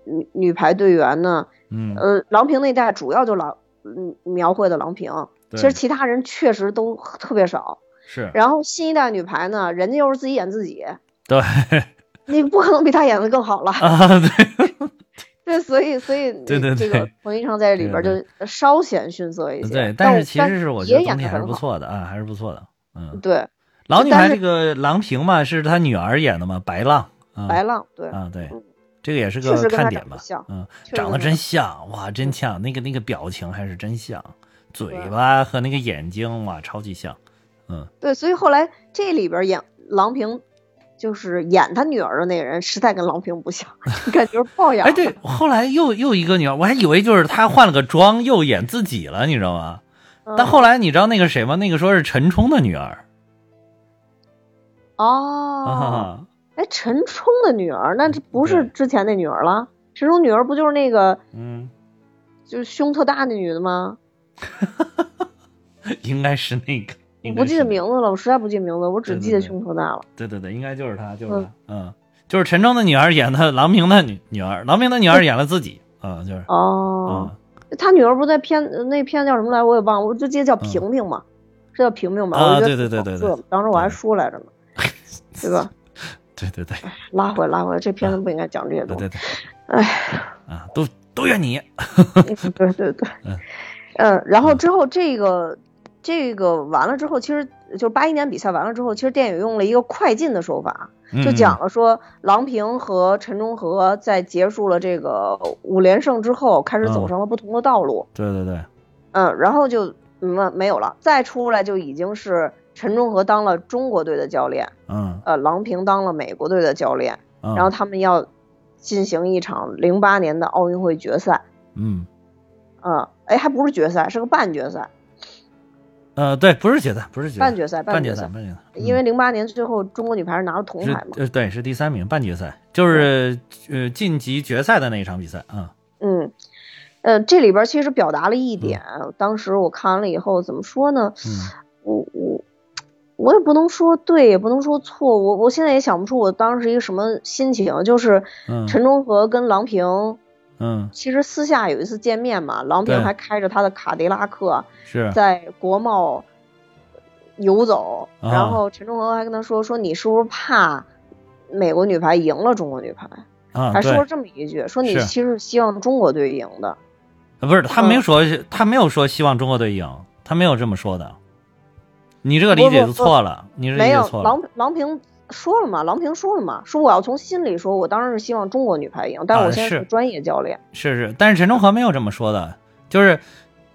女女排队员呢，
嗯，
呃，郎平那一代主要就郎嗯描绘的郎平，其
对
实其他人确实都特别少。
是
然后新一代女排呢，人家又是自己演自己，
对
你不可能比她演的更好了。
啊，对
对，所以 所以
对对对
这个彭昱畅在这里边
对
就稍显逊色一些，
对，
但
但是其实是我觉
也
得
演
总体
得
还是
很
不
好。
错的啊，还是不错的。嗯，
对，
老女
但
孩
是
这个郎平嘛，是她女儿演的嘛，白浪啊，
白浪对，
啊，对
嗯，
这个也是
确实
个
跟她
看
长
点
得
吧。
像，
嗯，
确实
长得
跟她
真像，哇，真像，那个那个表情还是真像，
啊
嘴巴和那个眼睛哇，超级像。
对，所以后来这里边演郎平，就是演他女儿的那个人，实在跟郎平不像， 感觉是抱养。
哎，对，后来又又一个女儿，我还以为就是她换了个妆又演自己了，你知道吗？
嗯，
但后来你知道那个谁吗？那个说是陈冲的女儿
哦，
啊，
哎，陈冲的女儿，那这不是
对
之前那女儿了？陈冲女儿不就是那个
嗯，
就是胸特大那女的吗？
应该是那个，
我
应
不
该
记
是那个
得名字了，我实在不记得名字，我只
对对
记得
对
胸特大了。
对对对，应该就是她，就是她，嗯，就是陈冲的女儿演的郎平的女女儿，郎平的女儿演了自己，啊，就是，
哦，
啊，
他女儿不是在片那片叫什么来？我也忘了，我就记得叫平平嘛，是叫平平吧？
嗯啊
我觉
对
得
对对
挺好
对对
色的当时我还说 来着呢，对吧？
对对对
拉回来拉回来，这片子不应该讲这些
对
东西
啊对。对，
哎，
啊，都都怨你，
对 对对，
嗯
嗯，然后之后这个这个完了之后，其实就是八一年比赛完了之后，其实电影用了一个快进的手法，就
嗯
讲了说郎平和陈忠和在结束了这个五连胜之后，开始
嗯
走上了不同的道路，
对对对，
嗯，然后就嗯没有了，再出来就已经是陈忠和当了中国队的教练，
嗯，
呃，郎平当了美国队的教练。
嗯
然后他们要进行一场零八年的奥运会决赛，
嗯
嗯，哎，还不是决赛，是个半决赛，
呃，对，不是决赛，不是决赛，
半决赛，
半
决
赛，
赛，
半决赛，
因为零八年最后中国女排是拿了铜
是
牌嘛，
呃对是第三名，半决赛就是呃晋级决赛的那一场比赛啊，
嗯，呃，这里边其实表达了一点，当时我看完了以后怎么说呢？
嗯
我我我也不能说对，也不能说错，我我现在也想不出我当时一个什么心情，就是
嗯
陈忠和跟郎平。
嗯
其实私下有一次见面嘛，郎
对
平还开着他的卡迪拉克，
是
在国贸游走，
啊
然后陈忠和还跟他说说你是不是怕美国女排赢了中国女排，
啊
还
对
说了，这么一句，说你
是
其实是希望中国队赢的，
呃不是他没
嗯
说他没有说希望中国队赢，他没有这么说的，你这个理
不
解就
不不
错了，你这理
没
解
有
错了
郎，郎平。说了嘛，郎平说了嘛，说我要从心里说，我当然是希望中国女排赢，但
啊
我现在
是
是专业教练，
是是，但是陈忠和没有这么说的，就是。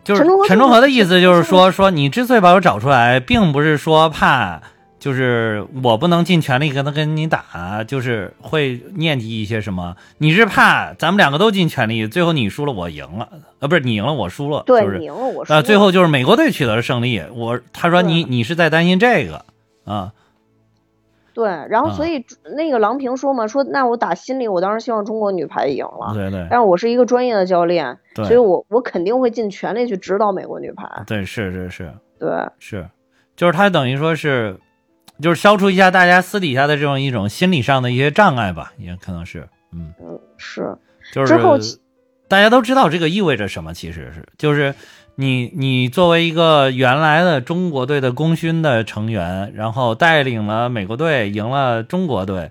就是
陈忠和
陈
这
忠
么
和的意思就是
是
说，说你之所以把我找出来，并不是说怕，就是我不能尽全力跟他跟你打，就是会念及一些什么，你是怕咱们两个都尽全力，最后你输了我赢了，呃，不是你赢了我输了，
对，
就是
你赢了我输了。
呃，最后就是美国队取得了胜利，我他说你你是在担心这个啊，
对，然后所
啊
以那个郎平说嘛，说那我打心里，我当然希望中国女排赢了，
对对
但是我是一个专业的教练，
对
所以我我肯定会尽全力去指导美国女排。
对是是是
对，
是，就是他等于说是，就是消除一下大家私底下的这种一种心理上的一些障碍吧，也可能是，嗯，
是，
就是
之后
大家都知道这个意味着什么，其实是就是你你作为一个原来的中国队的功勋的成员，然后带领了美国队赢了中国队，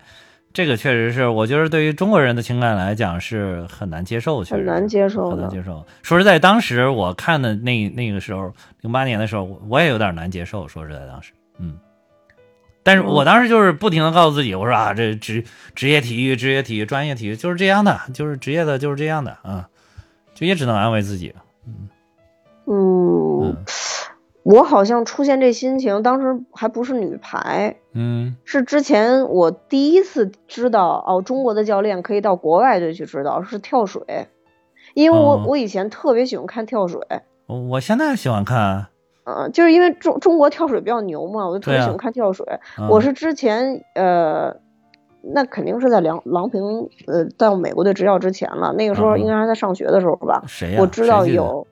这个确实是我觉得对于中国人的情感来讲是很难接受，确实是
难接受
很难
的
接受。说实在，当时我看的那那个时候，零八年的时候，我我也有点难接受。说实在，当时，嗯。但
嗯
是我当时就是不停的告诉自己，我说啊，这职职业体育、职业体育、专业体育就是这样的，就是职业的，就是这样的啊，就也只能安慰自己。
嗯，
嗯
我好像出现这心情，当时还不是女排，
嗯
是之前我第一次知道哦，中国的教练可以到国外队去指导，是跳水，因为我、
哦
我以前特别喜欢看跳水，
我我现在喜欢看啊，
嗯、就是因为中中国跳水比较牛嘛，我就特
对
别
啊
喜欢看跳水。
啊
我是之前呃，那肯定是在郎郎平呃到美国队执教之前了，那个时候
嗯
应该还在上学的时候吧。
哎谁呀、
我知
谁
道
记得
有，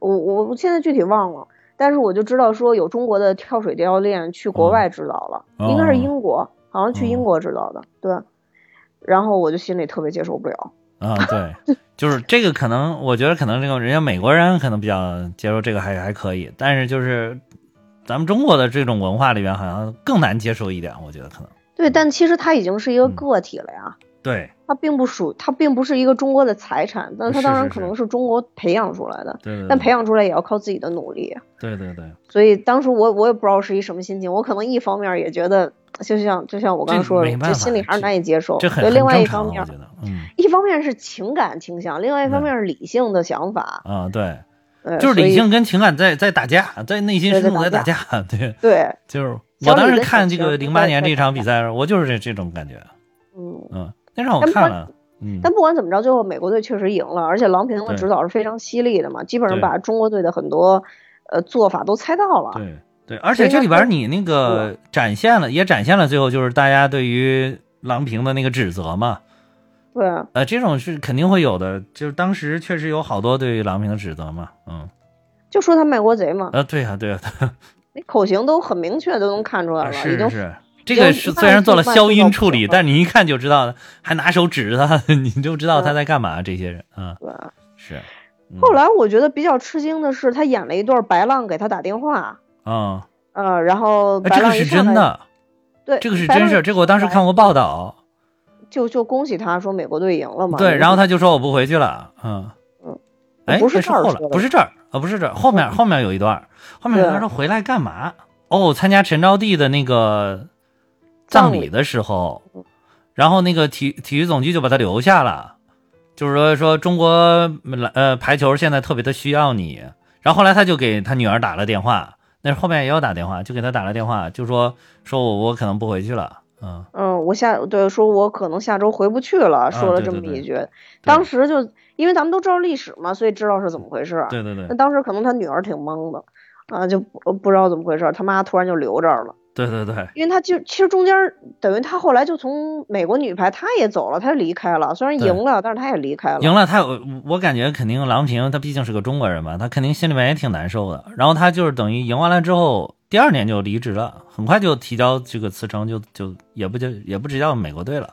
我我我现在具体忘了，但是我就知道说有中国的跳水教练去国
嗯
外指导了，应该是
哦
英国，好像去英
嗯
国指导的，对。然后我就心里特别接受不了，
啊，对，就是这个可能，我觉得可能这个人家美国人可能比较接受这个还还可以，但是就是咱们中国的这种文化里边好像更难接受一点，我觉得可能。
对，但其实他已经是一个
嗯
个体了呀，
对
它并不属，它并不是一个中国的财产，但它
是
当然
是嗯
可
是
能是中国培养出来的，
对对，
但
对
培养出来也要靠自己的努力。
对对对，
所以当时我我也不知道是一什么心情，我可能一方面也觉得，就像就像我刚
这
刚说的，
没
就
办法
心里还是
这
难以接受。
这很
对，
很
另外一
正常
方
啊，我
面
觉，得，嗯
一方面是情感倾向，另外一
嗯
方面是理性的想法，
啊，对，
呃
就是
所
理
以
性跟情感在在打架，在内心
对
深
在
处在
打
打架，对，
对，
就是
小
我当
李
时
的
看
小
这个
情
零
在
八年
在
这
打
场比赛的时候，我就是这这种感觉，
嗯。
嗯，那场我
但不
看
管
了，嗯，
但不管怎么着，最后美国队确实赢了，而且郎平的
对
指导是非常犀利的嘛，基本上
对
把中国队的很多呃做法都猜到了。
对对，而
所
且
以
这
要
里边
说
你那个展现了，也展现了最后就是大家对于郎平的那个指责嘛，
对，
呃，这种是肯定会有的，就是当时确实有好多对于郎平的指责嘛，嗯，
就说他卖国贼嘛，
呃，对呀、对呀、
那口型都很明确，都能看出来了，
啊是
已经
是嗯是，这
已
个
经
是
一
虽然
看
做
就
了
慢
消
速
音
到
处
谱
理，
了
但你一看就知道，还拿手指他， 你就知道他在干嘛。这些人，嗯，
对。
是，嗯
后来我觉得比较吃惊的是，他演了一段白浪给他打电话，
啊，
呃，然后
哎
白
这个
浪一
是
上
真
来，
的，
对，
这个是
白
真
浪
事。这个我当时看过报道，
就就恭喜他说美国队赢了嘛。
对，然后他就说我不回去了，嗯
嗯，
哎，
不是
这是
这儿
后
说
来，
的嗯
不是这儿啊，不是这儿，后面后面有一段，后面有一段
对
他回来干嘛？哦，参加陈招娣的那个葬
葬
礼
礼嗯
的时候，然后那个体体育总局就把他留下了，就是说说中国篮呃排球现在特别的需要你。然后后来他就给他女儿打了电话，那后面也有打电话，就给他打了电话，就说说我我可能不回去了，嗯，
嗯，我下对说，我可能下周回不去了，说
啊
了
对
这
对
么
对
一句。当时就因为咱们都知道历史嘛，所以知道是怎么回事。啊
对对对
那当时可能他女儿挺懵的，啊，就不不知道怎么回事，他妈突然就留这儿了。
对对对，
因为他就其实中间儿等于他后来就从美国女排，他也走了，他就离开了。虽然
对
赢了，但是他也离开了。
赢了他，我我感觉肯定郎平，他毕竟是个中国人嘛，他肯定心里面也挺难受的。然后他就是等于赢完了之后，第二年就离职了，很快就提交这个辞呈，就就也不就也不执教美国队了。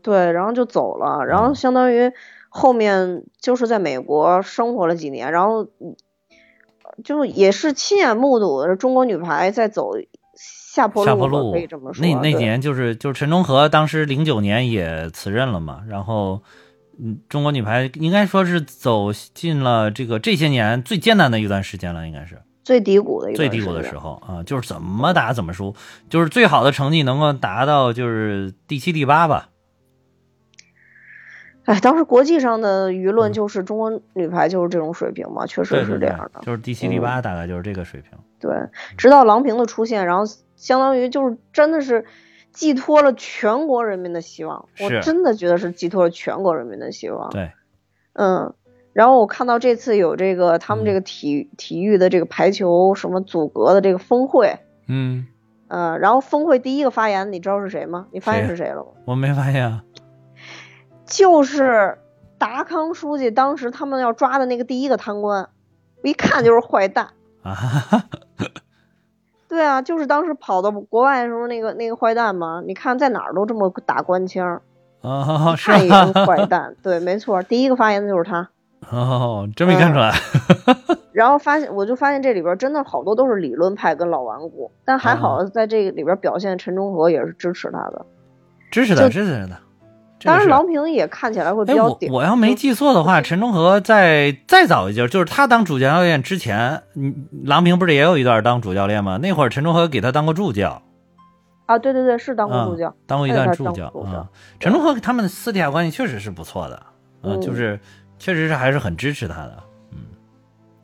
对，然后就走了，然后
嗯
相当于后面就是在美国生活了几年，然后嗯就也是亲眼目睹的中国女排在走下坡
下
路
坡
吧，
路
可以这么说。
那那
对
年就是就是陈忠和当时零九年也辞任了嘛，然后嗯，中国女排应该说是走进了这个这些年最艰难的一段时间了，应该是。
最低谷的一
最
段
低谷的
间
时候啊，就是怎么打怎么输，就是最好的成绩能够达到就是第七、第八吧。
哎，当时国际上的舆
嗯
论就是中国女排就是这种水平嘛，确
对
实
对
是这
对
样的。嗯
就是第七、第八，大概就是这个水平。
对，直到郎平的出现，然后相当于就是真的是寄托了全国人民的希望，我
是
真的觉得是寄托了全国人民的希望。
对，
嗯，然后我看到这次有这个他们
嗯
这个体体育的这个排球什么组阁的这个峰会，
嗯，
呃，然后峰会第一个发言，你知道是谁吗？你发现
谁
是谁了吗？
我没发现啊。
就是达康书记当时他们要抓的那个第一个贪官，我一看就是坏蛋。
啊哈哈，
对啊，就是当时跑到国外的时候那个那个坏蛋嘛，你看在哪儿都这么打官腔儿，
哦，是
看一个
吧？
坏蛋。对，没错，第一个发言的就是他。
哦，真没看出来。
嗯然后发现，我就发现这里边真的好多都是理论派跟老顽固，但还好在这个里边表现，陈忠和也是支持他的。
支持
就
的，支持的。这个
当然，
是
郎平也看起来会比
哎，
较
我
顶。嗯
我要没
就
记错的话，陈忠和在再早一届，就是他当主教练之前，嗯郎平不是也有一段当主教练吗？那会儿陈忠和给他当过助教，
啊，对对对，是当过
啊
助教，
当过一
哎
段
他
助
当
教
过助
啊
教。
陈忠和他们私底下关系确实是不错的，啊，
嗯
就是确实是还是很支持他的。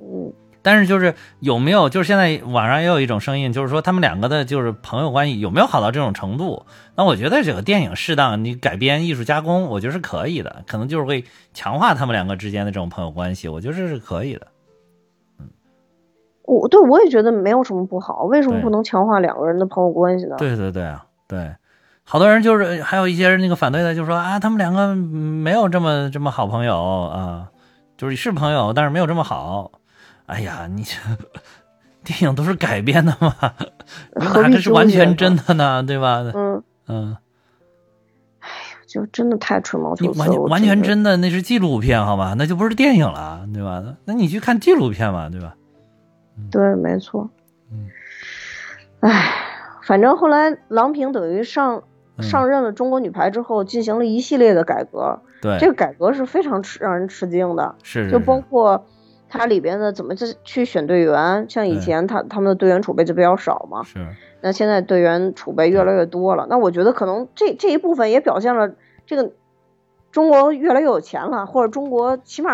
嗯，
但是就是有没有，就是现在网上也有一种声音，就是说他们两个的就是朋友关系有没有好到这种程度？那我觉得这个电影适当你改编艺术加工，我觉得是可以的，可能就是会强化他们两个之间的这种朋友关系，我觉得这是可以的。
我对我也觉得没有什么不好，为什么
对
不能强化两个人的朋友关系呢？
对对对啊，对，好多人就是还有一些人那个反对的，就说啊，他们两个没有这么这么好朋友啊，就是是朋友，但是没有这么好。哎呀，你这电影都是改编的嘛，
何
哪
必
个是完
纠结呢
全真的呢？对吧？
嗯，
嗯，
就真的太吹毛
你
求疵
完
了。
全
我
完全
觉得
真的那是纪录片，好吧？那就不是电影了，对吧？那你去看纪录片嘛，对吧？
对，没错。
嗯
唉，反正后来郎平等于上
嗯
上任了中国女排之后，进行了一系列的改革，
对，
这个改革是非常吃让人吃惊的，
是
就是包
是，
括它里边的怎么去去选队员，像以
对
前他他们的队员储备就比较少嘛，
是
那现在队员储备越来越多了，那我觉得可能这这一部分也表现了这个中国越来越有钱了，或者中国起码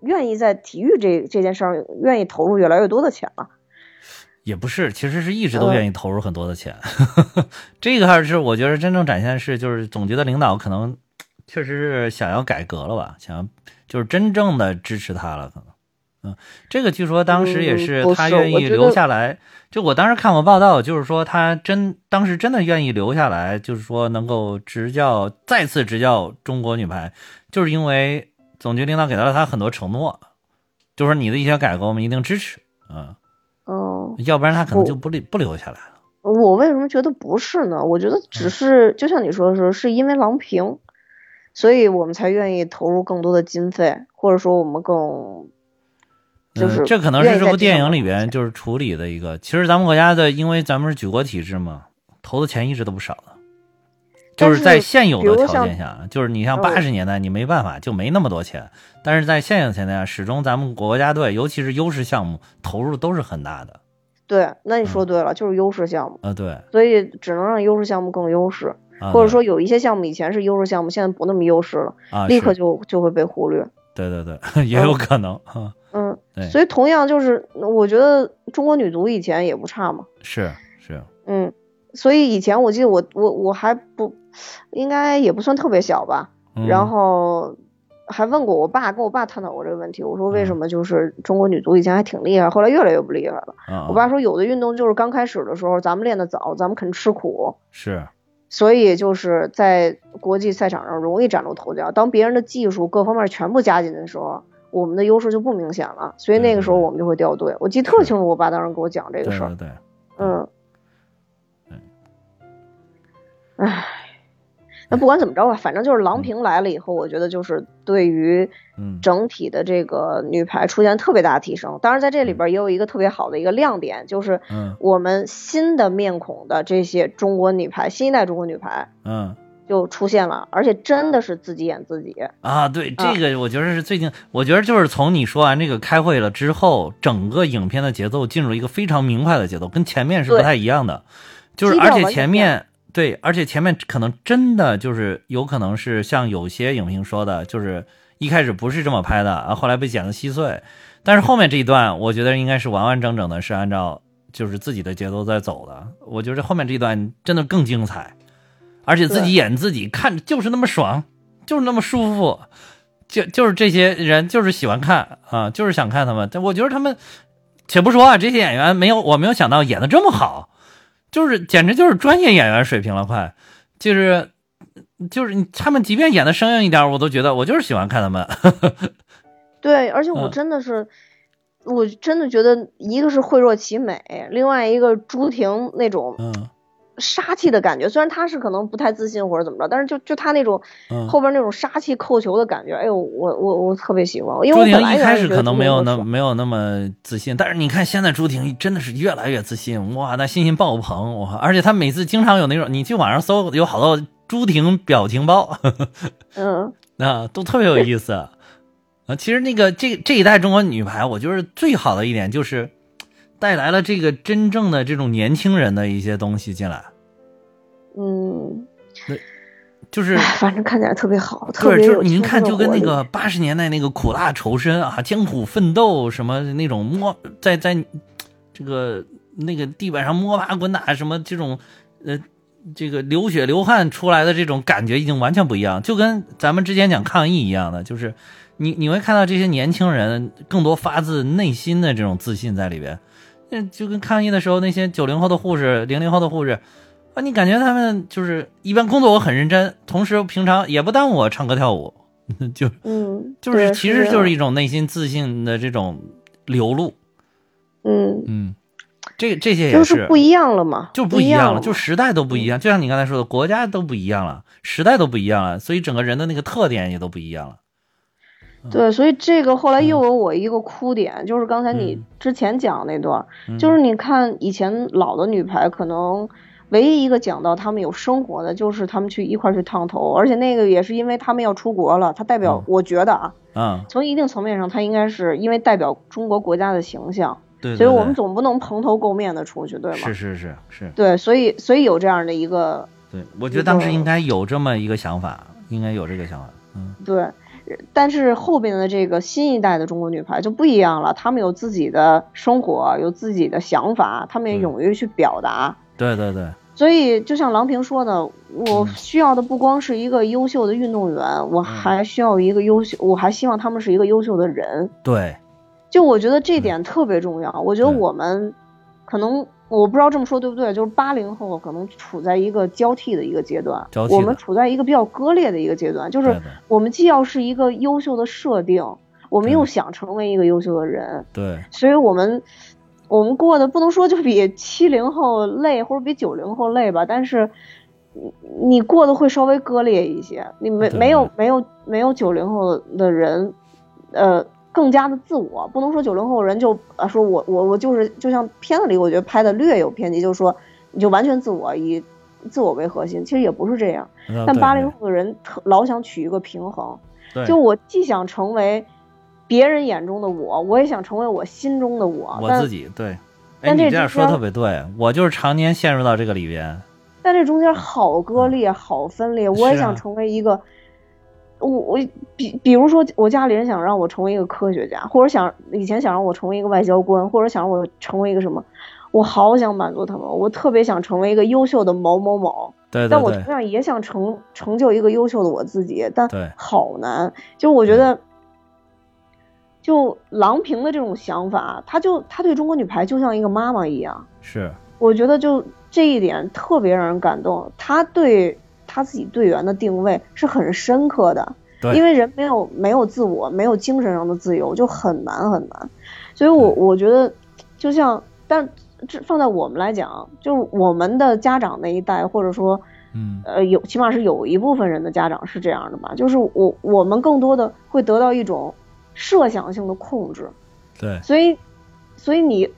愿意在体育这这件事上愿意投入越来越多的钱了。
也不是，其实是一直
嗯
都愿意投入很多的钱。 这个还是我觉得真正展现是，就是总觉得领导可能确实是想要改革了吧，想要就是真正的支持他了，可能。嗯，这个据说当时也是
嗯不是
他愿
我
意
觉得
留下来。就我当时看过报道，就是说他真当时真的愿意留下来，就是说能够执教，再次执教中国女排，就是因为总局领导给到了他很多承诺，就说你的一些改革我们一定支持。嗯，
嗯，
要不然他可能
我
就不留不留下来了。
我为什么觉得不是呢？我觉得只
嗯
是就像你说的时候，是因为郎平，所以我们才愿意投入更多的经费，或者说我们更就
嗯、
是
呃这可能
愿
是
意
这
在
部电
上
影
面
里
花
边
钱
就是处理的一个。其实咱们国家的，因为咱们是举国体制嘛，投的钱一直都不少的，就
但
是在
是
现有
比如
的条
像
件下，就是你像
嗯
八十年代你没办法就没那么多钱，但是在现有的条件下，始终咱们国家队，尤其是优势项目投入都是很大的。
对，那你
嗯
说对了，就是优势项目，
呃，对，
所以只能让优势项目更优势，
啊、
或者
对
说有一些项目以前是优势项目，现在不那么优势了，
啊，
立
是
刻就就会被忽略。
对对对， 也有可能啊、嗯
嗯
对，
所以同样就是我觉得中国女足以前也不差嘛，
是是，
嗯，所以以前我记得我我我还不应该也不算特别小吧，
嗯、
然后还问过我爸，跟我爸探讨过这个问题。我说
嗯
为什么就是中国女足以前还挺厉害，后来越来越不厉害了。
啊、
我爸
啊
说有的运动就是刚开始的时候咱们练得早，咱们肯吃苦，
是
所以就是在国际赛场上容易崭露头角。当别人的技术各方面全部加进的时候，我们的优势就不明显了，所以那个时候
对对对
我们就会掉队。我记得特清楚，我爸当时给我讲这
对
个事儿
对。对，
嗯
对，
唉，那不管怎么着吧，反正就是郎平来了以后，我觉得就是对于
嗯
整体的这个女排出现特别大的提升。当然，在这里边也有一个特别好的一个亮点，就是
嗯
我们新的面孔的这些中国女排，新一代中国女排
嗯。
就出现了，而且真的是自己演自己。
啊，对，
啊
这个我觉得是最近，我觉得就是从你说完这个开会了之后，整个影片的节奏进入一个非常明快的节奏，跟前面是不
对
太一样的，就是
基调
而且
完全
前
不一样
面对，而且前面可能真的就是有可能是像有些影评说的，就是一开始不是这么拍的，啊，后来被剪得稀碎，但是后面这一段我觉得应该是完完整整的，是按照就是自己的节奏在走的，我觉得后面这一段真的更精彩，而且自己
对
演自己看着就是那么爽，就是那么舒服。就就是这些人就是喜欢看啊，就是想看他们。但我觉得他们，且不说啊，这些演员没有我没有想到演的这么好，就是简直就是专业演员水平了，快，就是就是你他们即便演的生硬一点，我都觉得我就是喜欢看他们。
对，而且我
嗯
真的是，我真的觉得一个是惠若琪美，另外一个朱婷那种
嗯
杀气的感觉。虽然她是可能不太自信或者怎么着，但是就就她那种
嗯，
后边那种杀气扣球的感觉，哎呦，我我我特别喜欢，因为
朱
我
婷
本来
一
原
开
来
始
觉得
可能
朱
没
婷
有
不
那
爽
没有那么自信，但是你看现在朱婷真的是越来越自信，哇，那信心爆棚，哇！而且她每次经常有那种，你去网上搜有好多朱婷表情包。
嗯，
啊，都特别有意思。啊，其实那个这这一代中国女排，我觉得最好的一点就是带来了这个真正的这种年轻人的一些东西进来，
嗯，
就是
哎，反正看起来特别好，特
对，
别
就是
有
您
青春
看，
的
就跟
活
那
力
个八十年代那个苦辣仇深啊，艰苦奋斗什么那种摸在在这个那个地板上摸爬滚打什么这种呃这个流血流汗出来的这种感觉已经完全不一样，就跟咱们之前讲抗疫一样的，就是你你会看到这些年轻人更多发自内心的这种自信在里边。那就跟抗疫的时候，那些九零后的护士、零零后的护士，啊，你感觉他们就是一般工作我很认真，同时平常也不耽误我唱歌跳舞， 就
嗯，
就
对
是其实就是
这
一
样
种内心自信的这种流露，
嗯，
嗯，这这些也
就是不一样了嘛，
就
不
一
样
样了，
嘛
就时代都不一样，就像你刚才说的，国家都不一样了，时代都不一样了，所以整个人的那个特点也都不一样了，嗯
对，所以这个后来又有我一个哭点，就是刚才你
嗯
之前讲那段儿，
嗯
就是你看以前老的女排可能。唯一一个讲到他们有生活的，就是他们去一块儿去烫头，而且那个也是因为他们要出国了，他代表
嗯，
我觉得啊，
嗯，
从一定层面上，他应该是因为代表中国国家的形象，
对对对，
所以我们总不能蓬头垢面的出去，对吗？
是是是是，
对，所以所以有这样的一个
对，我觉得当时应该有这么一个想法，应该有这个想法，嗯，
对，但是后边的这个新一代的中国女排就不一样了，她们有自己的生活，有自己的想法，她们也
嗯
勇于去表达。
对对对，
所以，就像郎平说的，我需要的不光是一个优秀的运动员，我还需要一个优秀，我还希望他们是一个优秀的人。
对，
就我觉得
嗯
这点特别重要。我觉得我们可能我不知道这么说对不对，就是八零后可能处在一个交替的一个阶段
交，替的
我们处在一个比较割裂的一个阶段，就
对
是
的，
我们既要是一个优秀的设定，我们
对
又想成为一个优秀的人，
对，
所以我们我们过得不能说就比七零后累，或者比九零后累吧，但是你你过得会稍微割裂一些，你没
对
没有没有没有九零后的人，呃。更加的自我，不能说九零后人就啊说我我我就是就像片子里我觉得拍的略有偏激，就是说你就完全自我以自我为核心，其实也不是这样。
啊
但八零后的人特老想取一个平衡，
对
就我既想成为别人眼中的我，我也想成为我心中的我。
我
但
自己对，哎，
但
你
这
这样
中
说
间
特别对，我就是常年陷入到这个里边，
但这中间好割裂，好分裂。我也
嗯是啊
想成为一个，我我比比如说，我家里人想让我成为一个科学家，或者想以前想让我成为一个外交官，或者想让我成为一个什么，我好想满足他们，我特别想成为一个优秀的某某某。
对对
但我
对
同，样也想成成就一个优秀的我自己，但
对
好难。就我觉得，就郎平的这种想法，她就她对中国女排就像一个妈妈一样，
是，
我觉得就这一点特别让人感动。她对她自己队员的定位是很深刻的，
对，
因为人没有没有自我，没有精神上的自由，就很难很难。所以我，我觉得，就像，但这放在我们来讲，就是我们的家长那一代，或者说。
嗯，
呃，有起码是有一部分人的家长是这样的吧，就是我我们更多的会得到一种设想性的控制，
对
所以，所以你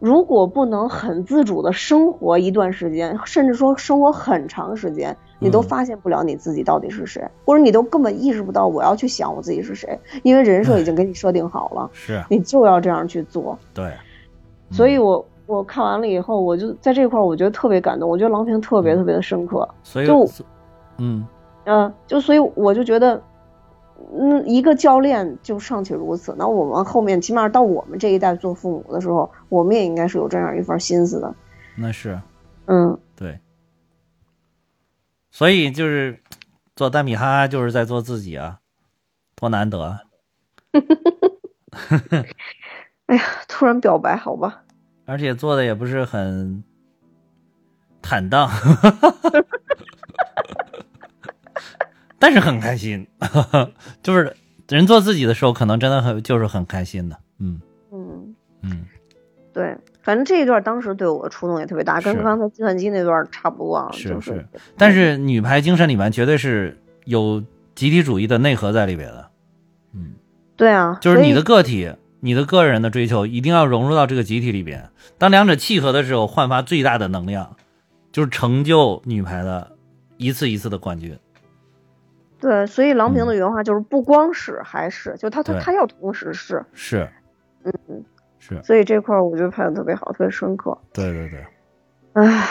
如果不能很自主的生活一段时间，甚至说生活很长时间，你都
嗯
发现不了你自己到底是谁，或者你都根本意识不到我要去想我自己是谁，因为人设已经给你设定好了，
是，
你就要这样去做，
对，嗯
所以我。我看完了以后，我就在这块儿，我觉得特别感动。我觉得郎平特别特别的深刻，
所以
就
嗯，
嗯，就所以我就觉得，嗯，一个教练就尚且如此，那我们后面起码到我们这一代做父母的时候，我们也应该是有这样一份心思的。
那是
嗯，
对，所以就是做蛋米哈哈就是在做自己啊，多难得啊！
哎呀，突然表白，好吧，
而且做的也不是很坦荡， 但是很开心，就是人做自己的时候，可能真的很就是很开心的。嗯
嗯，
嗯，
对，反正这一段当时对我触动也特别大，跟
是
刚才计算机那段差不多啊，
是，
就是
但是女排精神里面绝对是有集体主义的内核在里边的，
对啊，
就是
所
你
以
的个体。你的个人的追求一定要融入到这个集体里边，当两者契合的时候，焕发最大的能量，就是成就女排的一次一次的冠军。
对，所以郎平的原话就是不光是还是，就他他
嗯对
他要同时是，
是，嗯，是，
所以这块儿我觉得拍的特别好，特别深刻。
对对对，
唉，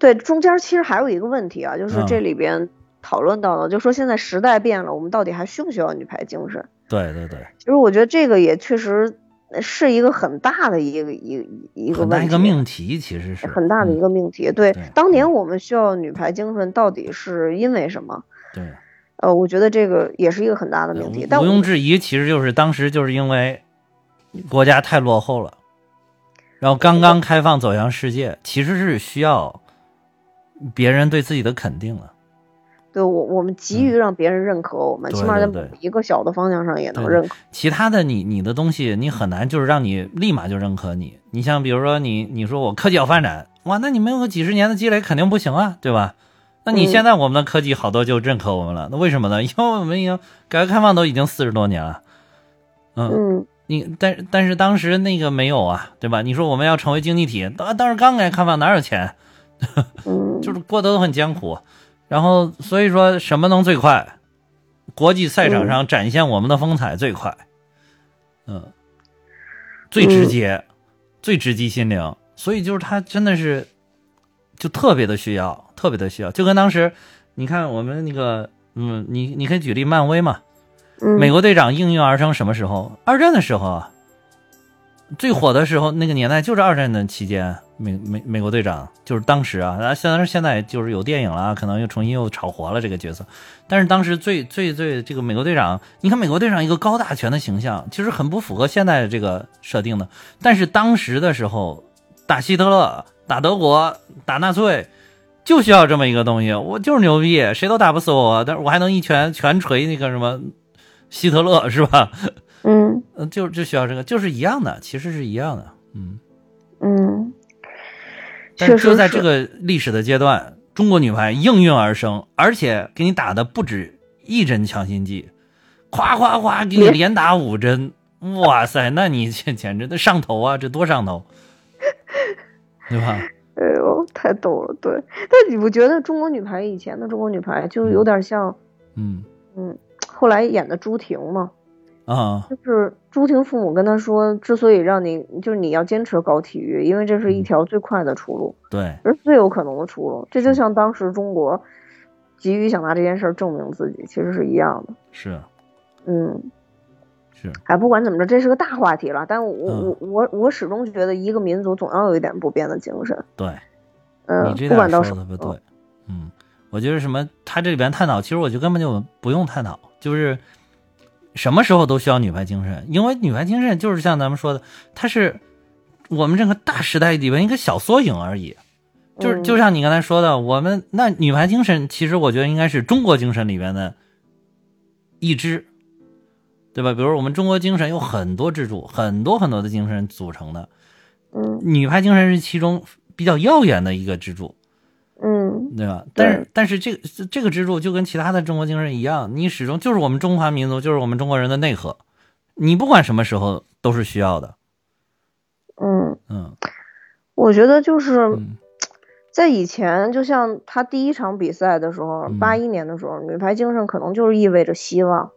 对，中间其实还有一个问题啊，就是
嗯
这里边讨论到了，就说现在时代变了，我们到底还需不需要女排精神？
对对对，
其实我觉得这个也确实是一个很大的一个一个一个
很
问
大
题，
一个命题，其实是
很大的一
个、
个命题。对
对，
当年我们需要女排精神，到底是因为什么？
嗯
呃，我觉得这个也是一个很大的
对，
命题。
呃毋
但
毋
我
庸置疑，其实就是当时就是因为国家太落后了，然后刚刚开放走向世界，其实是需要别人对自己的肯定了。
对我我们急于让别人认可我们，
嗯对
起码在
对对
某一个小的方向上也能
对
认可。
其他的你你的东西，你很难就是让你立马就认可你。你像比如说你你说我科技要发展，哇，那你没有个几十年的积累肯定不行啊，对吧？那你
嗯
现在我们的科技好多就认可 我们了，那为什么呢？因为我们已经改革开放都已经四十多年了，嗯，
嗯，
你但但是当时那个没有啊，对吧？你说我们要成为经济体，当当时刚改革开放哪有钱？
嗯，
就是过得都很艰苦。然后所以说什么能最快？国际赛场上展现我们的风采最快，嗯，最直接，最直击心灵。所以就是他真的是就特别的需要，特别的需要。就跟当时你看我们那个，嗯，你你可以举例漫威嘛，
嗯
美国队长应运而生什么时候？二战的时候啊，最火的时候那个年代就是二战的期间，美美美国队长就是当时啊，啊，虽然现在就是有电影了，可能又重新又炒活了这个角色，但是当时最最最这个美国队长，你看美国队长一个高大全的形象，其实很不符合现在的这个设定的，但是当时的时候打希特勒、打德国、打纳粹。就需要这么一个东西，我就是牛逼，谁都打不死我，但是我还能一拳拳锤那个什么希特勒是吧？
嗯
嗯，就就需要这个，就是一样的，其实是一样的，嗯。
嗯，
但是
确实
就在这
是
个历史的阶段，中国女排应运而生，而且给你打的不止一针强心剂，夸夸夸给你
连
连打五针，哇塞，那你这简直的上头啊，这多上头，对吧？
哎呦，太逗了，对。但你不觉得中国女排以前的中国女排就有点像，
嗯
嗯，后来演的朱婷嘛，
啊，
就是朱婷父母跟她说，之所以让你就是你要坚持搞体育，因为这
嗯
是一条最快的出路，
对，
而最有可能的出路。这就像当时中国急于想拿这件事儿证明自己，其实是一样的。
是
嗯，
是，
哎，不管怎么着，这是个大话题了。但我我
嗯
我我始终觉得，一个民族总要有一点不变的精神。
对。
嗯
你，这
不
点
管
说
到
的
什么
不
时
对
候，，
嗯，我觉得什么，他这里边探讨，其实我就根本就不用探讨，就是什么时候都需要女排精神，因为女排精神就是像咱们说的，它是我们这个大时代里边一个小缩影而已。就是
嗯
就像你刚才说的，我们那女排精神，其实我觉得应该是中国精神里边的一支，对吧？比如我们中国精神有很多支柱，很多很多的精神组成的，
嗯
女排精神是其中比较耀眼的一个支柱。
嗯
对吧？
对
但是但是这个这个支柱就跟其他的中国精神一样，你始终就是我们中华民族，就是我们中国人的内核，你不管什么时候都是需要的。
嗯，
嗯
我觉得就是
嗯
在以前，就像他第一场比赛的时候
嗯，
八一年的时候，女排精神可能就是意味着希望。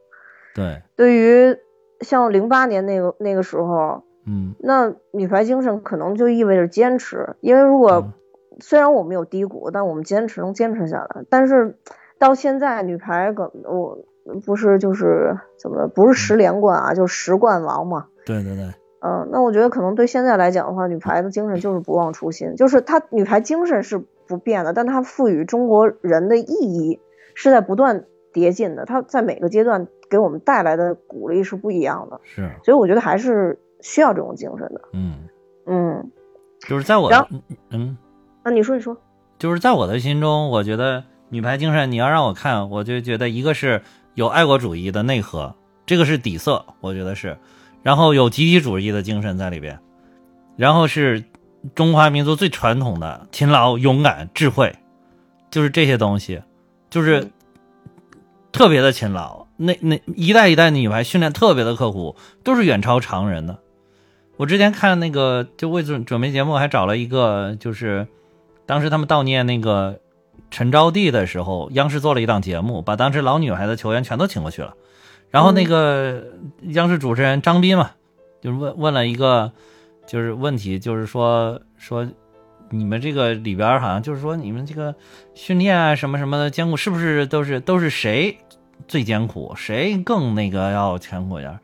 对，
对于像零八年那个那个时候，
嗯
那女排精神可能就意味着坚持，因为如
嗯
果虽然我们有低谷，但我们坚持能坚持下来。但是到现在，女排可我不是就是怎么不是
嗯
十连冠啊，就是十冠王嘛。
对对对，
嗯，那我觉得可能对现在来讲的话，女排的精神就是不忘初心，就是她女排精神是不变的，但它赋予中国人的意义是在不断叠进的，它在每个阶段给我们带来的鼓励是不一样的，
是，
所以我觉得还是需要这种精神的。
嗯，
嗯，
就是在我
然后
嗯，
那啊你说你说，
就是在我的心中，我觉得女排精神，你要让我看，我就觉得一个是有爱国主义的内核，这个是底色，我觉得是，然后有集体主义的精神在里边，然后是中华民族最传统的勤劳、勇敢、智慧，就是这些东西，就是特别的勤劳。那那一代一代的女排训练特别的刻苦，都是远超常人的。我之前看那个，就为准准备节目，还找了一个，就是当时他们悼念那个陈招娣的时候，央视做了一档节目，把当时老女孩的球员全都请过去了。然后那个央视主持人张斌嘛，就是问问了一个就是问题，就是说说你们这个里边儿好像就是说你们这个训练啊什么什么的艰苦，是不是都是都是谁最艰苦，谁更那个要艰苦一点儿？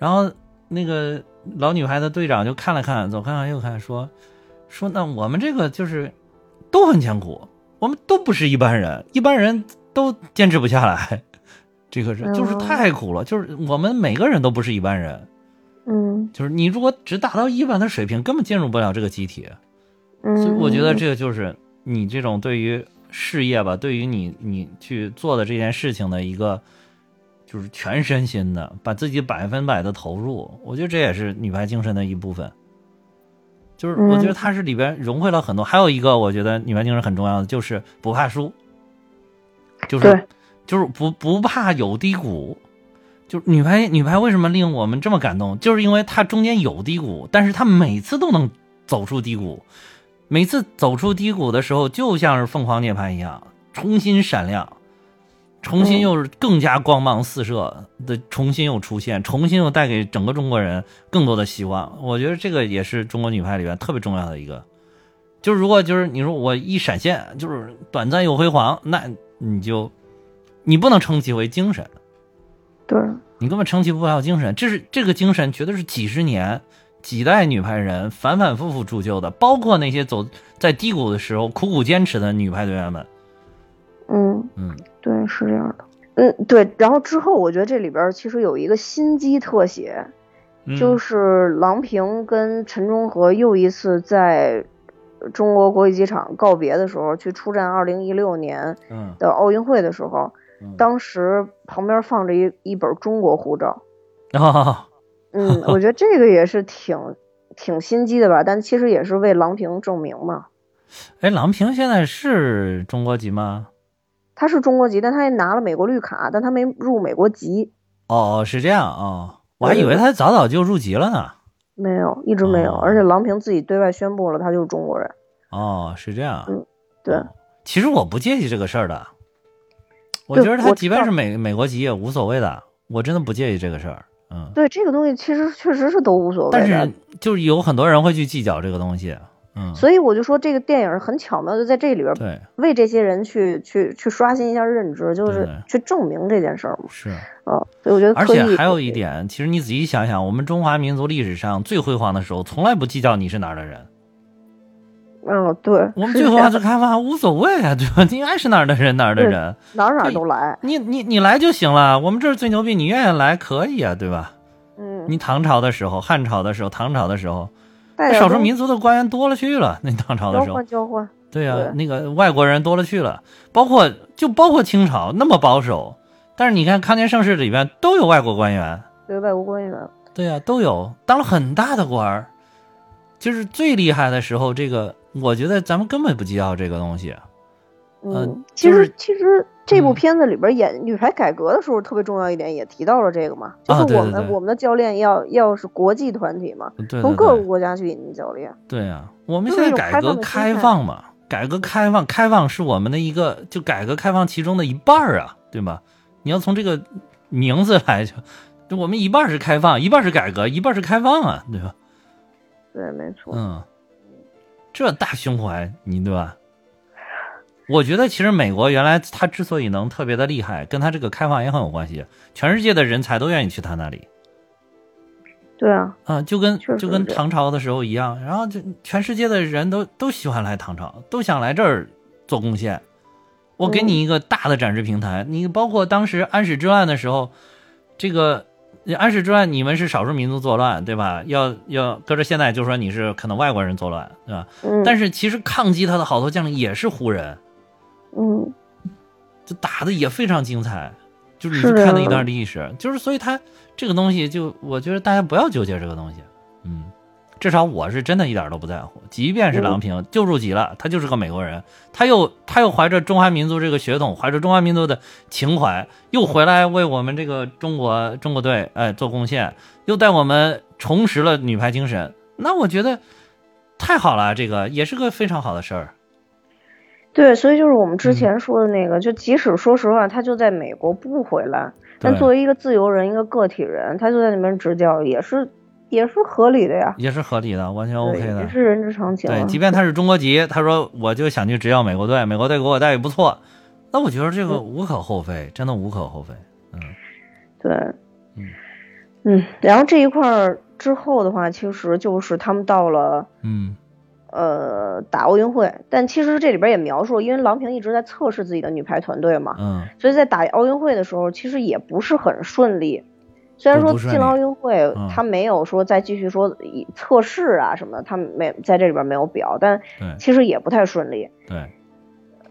然后那个老女孩的队长就看了看，左看看右看，说说那我们这个就是都很艰苦，我们都不是一般人，一般人都坚持不下来。这个是就是
哦
太苦了，就是我们每个人都不是一般人，
嗯
就是你如果只达到一般的水平，根本进入不了这个集体。
嗯，
所以我觉得这个就是你这种对于事业吧，对于你你去做的这件事情的一个，就是全身心的把自己百分百的投入，我觉得这也是女排精神的一部分。就是我
嗯
觉得它是里边融汇了很多，还有一个我觉得女排精神很重要的就是不怕输，就是
对
就是不不怕有低谷，就是女排女排为什么令我们这么感动，就是因为它中间有低谷，但是它每次都能走出低谷，每次走出低谷的时候，就像是凤凰涅槃一样，重新闪亮。重新又是更加光芒四射的，重新又出现，重新又带给整个中国人更多的希望。我觉得这个也是中国女排里边特别重要的一个。就是如果就是你说我一闪现，就是短暂又辉煌，那你就你不能撑起为精神，
对，
你根本撑起不了精神。这是这个精神绝对是几十年、几代女排人反反复复铸就的，包括那些走在低谷的时候苦苦坚持的女排队员们。
嗯，
嗯，
对，是这样的。嗯，对。然后之后，我觉得这里边儿其实有一个心机特写，
嗯
就是郎平跟陈忠和又一次在中国国际机场告别的时候，去出战2016年
嗯
的奥运会的时候，
嗯，
当时旁边放着一一本中国护照。
哦
嗯，我觉得这个也是挺挺心机的吧，但其实也是为郎平证明嘛。
哎，郎平现在是中国籍吗？
他是中国籍，但他也拿了美国绿卡，但他没入美国籍，
哦，是这样哦，我还以
嗯
为他早早就入籍了呢。
没有，一直没有。
哦
而且郎平自己对外宣布了，他就是中国人。
哦，是这样。
嗯对，
其实我不介意这个事儿的，我
对
觉得他
我
即
知
便
道
是美美国籍也无所谓的，我真的不介意这个事儿。嗯，
对这个东西其实确实是都无所谓
但
的。
是就是有很多人会去计较这个东西。嗯，
所以我就说这个电影很巧妙，就在这里边
对，
为这些人去去去刷新一下认知，就
对
是去证明这件事儿嘛。
是。
嗯，所以我觉得
而
刻意
且还有一点，其实你仔细想想，我们中华民族历史上最辉煌的时候，从来不计较你是哪儿的人。
嗯，对，
我们
是
最啊辉
这样
煌就开放无所谓啊，对吧？你 爱是哪儿的人哪儿的
对
人。
哪儿哪儿都来。
你你你来就行了，我们这儿最牛逼，你愿意来可以啊，对吧？
嗯，
你唐朝的时候、汉朝的时候、唐朝的时候，
带点
少数
东
民族的官员多了去了。那唐朝的
交
时候
换，交换，
对啊
对，
那个外国人多了去了，包括就包括清朝那么保守，但是你看康乾盛世里边都有外国官员，
对外国官员。
对啊，都有当了很大的官儿，就是最厉害的时候，这个我觉得咱们根本不计较这个东西。呃
嗯，
就
其
是
实其实这部
嗯
片子里边演女排改革的时候特别重要一点，也提到了这个嘛，就
啊
是
对
我
对
们
对
我们的教练要要是国际团体嘛，
对对
从
对。
各个国家去引进教练。
对啊，我们
就
现在
是有
改
开
革
放的心
开
态
放嘛，改革开放，开放是我们的一个就改革开放其中的一半儿啊，对吧？你要从这个名字来就，就我们一半儿是开放，一半儿是改革，一半儿是开放啊，对吧？
对，没错。
嗯，这大胸怀，你对吧？我觉得其实美国原来它之所以能特别的厉害，跟它这个开放也很有关系。全世界的人才都愿意去它那里
对啊，
啊，就跟
确实
就跟
是这样
唐朝的时候一样，然后就全世界的人都都喜欢来唐朝，都想来这儿做贡献。我给
嗯
你一个大的展示平台，你包括当时安史之乱的时候，这个安史之乱你们是少数民族作乱，对吧？要要搁着现在就说你是可能外国人作乱，对吧？
嗯，
但
是
是其实抗击他的好多将领也是胡人，
嗯，
就打的也非常精彩。就是你
是
去
的
看了一段历史，就是所以他这个东西就，我觉得大家不要纠结这个东西，嗯，至少我是真的一点都不在乎。即便是郎平就入籍了，他就是个美国人，他又他又怀着中华民族这个血统，怀着中华民族的情怀，又回来为我们这个中国中国队哎做贡献，又带我们重拾了女排精神。那我觉得太好了，这个也是个非常好的事儿。
对，所以就是我们
嗯
之前说的那个，就即使说实话，他就在美国不回来，但
对
作为一个自由人、一个个体人，他就在那边执教，也是也是合理的呀。
也是合理的，完全 OK
对
的
也。是人之常情啊。
对，即便他是中国籍，他说我就想去执教美国队，美国队给我待遇不错，那我觉得这个无可厚非，真的无可厚非。
对，嗯然后这一块儿之后的话，其实就是他们到了
嗯，
呃打奥运会，但其实这里边也描述，因为郎平一直在测试自己的女排团队嘛，
嗯，
所以在打奥运会的时候，其实也不是很顺利。虽然
不
说
不顺利
进了奥运会
嗯，
他没有说再继续说以测试啊什么的，他没在这里边没有表，但
对
其实也不太顺利。
对，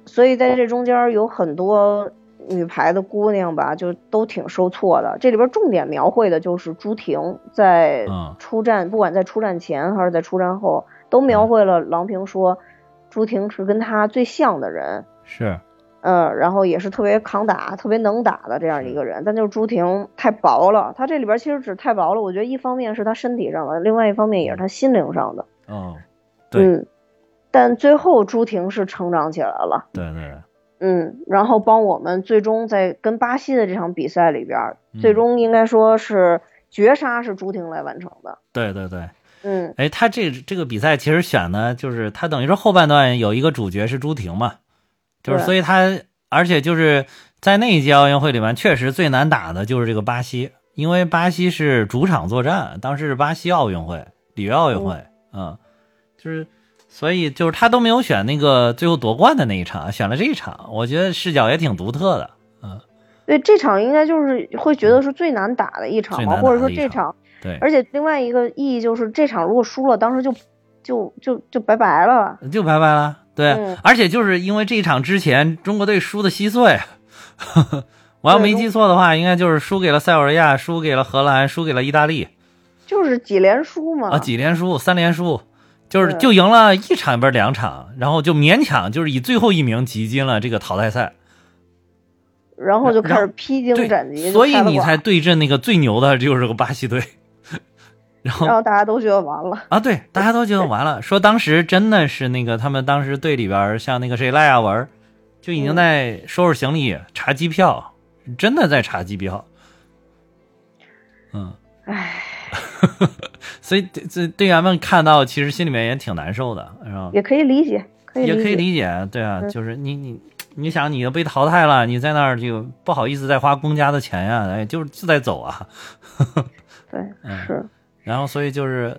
所以在这中间有很多女排的姑娘吧，就都挺受挫的。这里边重点描绘的就是朱婷在
嗯
出战，不管在出战前还是在出战后，
嗯
都描绘了郎平说，朱婷是跟她最像的人，
是，
呃，然后也是特别抗打、特别能打的这样一个人。但就是朱婷太薄了，她这里边其实只太薄了。我觉得一方面是她身体上的，另外一方面也是她心灵上的。
哦，对
嗯，但最后朱婷是成长起来了，
对对对，
嗯，然后帮我们最终在跟巴西的这场比赛里边，
嗯
最终应该说是绝杀是朱婷来完成的。
对对对，
嗯，
哎，他这这个比赛其实选的就是他等于说后半段有一个主角是朱婷嘛，就是
对
所以他而且就是在那一届奥运会里面，确实最难打的就是这个巴西，因为巴西是主场作战，当时是巴西奥运会、里约奥运会，嗯，就是所以就是他都没有选那个最后夺冠的那一场，选了这一场，我觉得视角也挺独特的，
对，这场应该就是会觉得是最难打的一场
最
吧，
难打的
或者说
一
这
场
场，
对，
而且另外一个意义就是这场如果输了，当时就就就就拜拜了。
就拜拜了。对，
嗯
而且就是因为这一场之前中国队输的稀碎，啊 我要
对
没
中
记错的话，应该就是输给了塞尔维亚，输给了荷兰，输给了意大利
就是几连输嘛，
啊，几连输，三连输，就是
对
就赢了一场，不是两场，然后就勉强就是以最后一名挤进了这个淘汰赛。
然后就开
然
始披荆斩棘，
对，
就
所以
开了
你
馆
才对阵那个最牛的就是个巴西队。然后
然后大家都觉得完了，
啊，对，大家都觉得完了，说当时真的是那个他们当时队里边儿像那个谁赖亚文儿，就已经
嗯
在收拾行李、查机票，真的在查机票。嗯，
唉，
所以队队队员们看到其实心里面也挺难受的，然后
也可以理解，可以
也可以
解，
理解，对啊，
嗯
就是你你你想你都被淘汰了，你在那儿就不好意思再花公家的钱呀、哎，就是就在走啊。
对，
嗯
是，
然后所以就是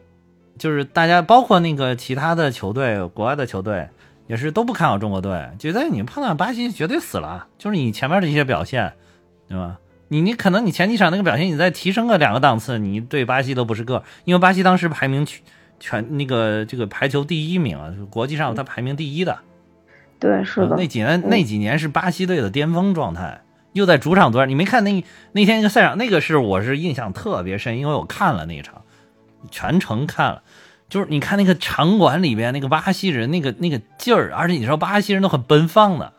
就是大家包括那个其他的球队，国外的球队也是都不看好中国队，觉得你碰到巴西绝对死了，就是你前面的一些表现，对吧？你你可能你前几场那个表现，你再提升个两个档次，你对巴西都不是个儿，因为巴西当时排名全全那个这个排球第一名啊，就是国际上它排名第一的，
对，是
啊
的嗯
那，几年那几年是巴西队的巅峰状态，又在主场作战。你没看那那天那个赛场，那个是我是印象特别深，因为我看了那一场，全程看了。就是你看那个场馆里边那个巴西人那个那个劲儿，而且你知道巴西人都很奔放 的，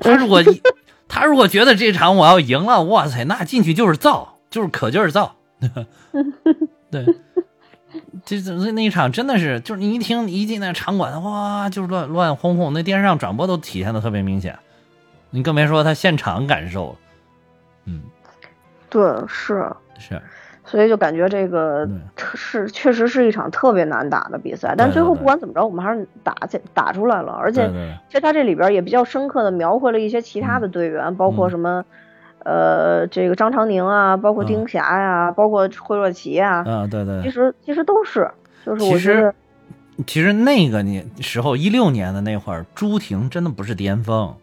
他如果他如果觉得这场我要赢了，哇塞，那进去就是造，就是可劲儿 造。 对，这这那一场真的是，就是你一听你一进那场馆，哇，就是乱乱哄哄，那电视上转播都体现的特别明显，你更别说他现场感受了。嗯，
对，是，
是
所以就感觉这个
对
特是确实是一场特别难打的比赛，但
对
最后
对
不管怎么着，我们还是打起打出来了，而
对
且
对对
其实他这里边也比较深刻的描绘了一些
嗯
其他的队员，包括什么。呃，这个张常宁啊，包括
嗯
丁霞呀、包括惠若琪呀、
啊，对对
其
对。
实其实都是，就是
其
我觉得
实，其实那个年时候，一六年的那会儿，朱婷真的不是巅峰，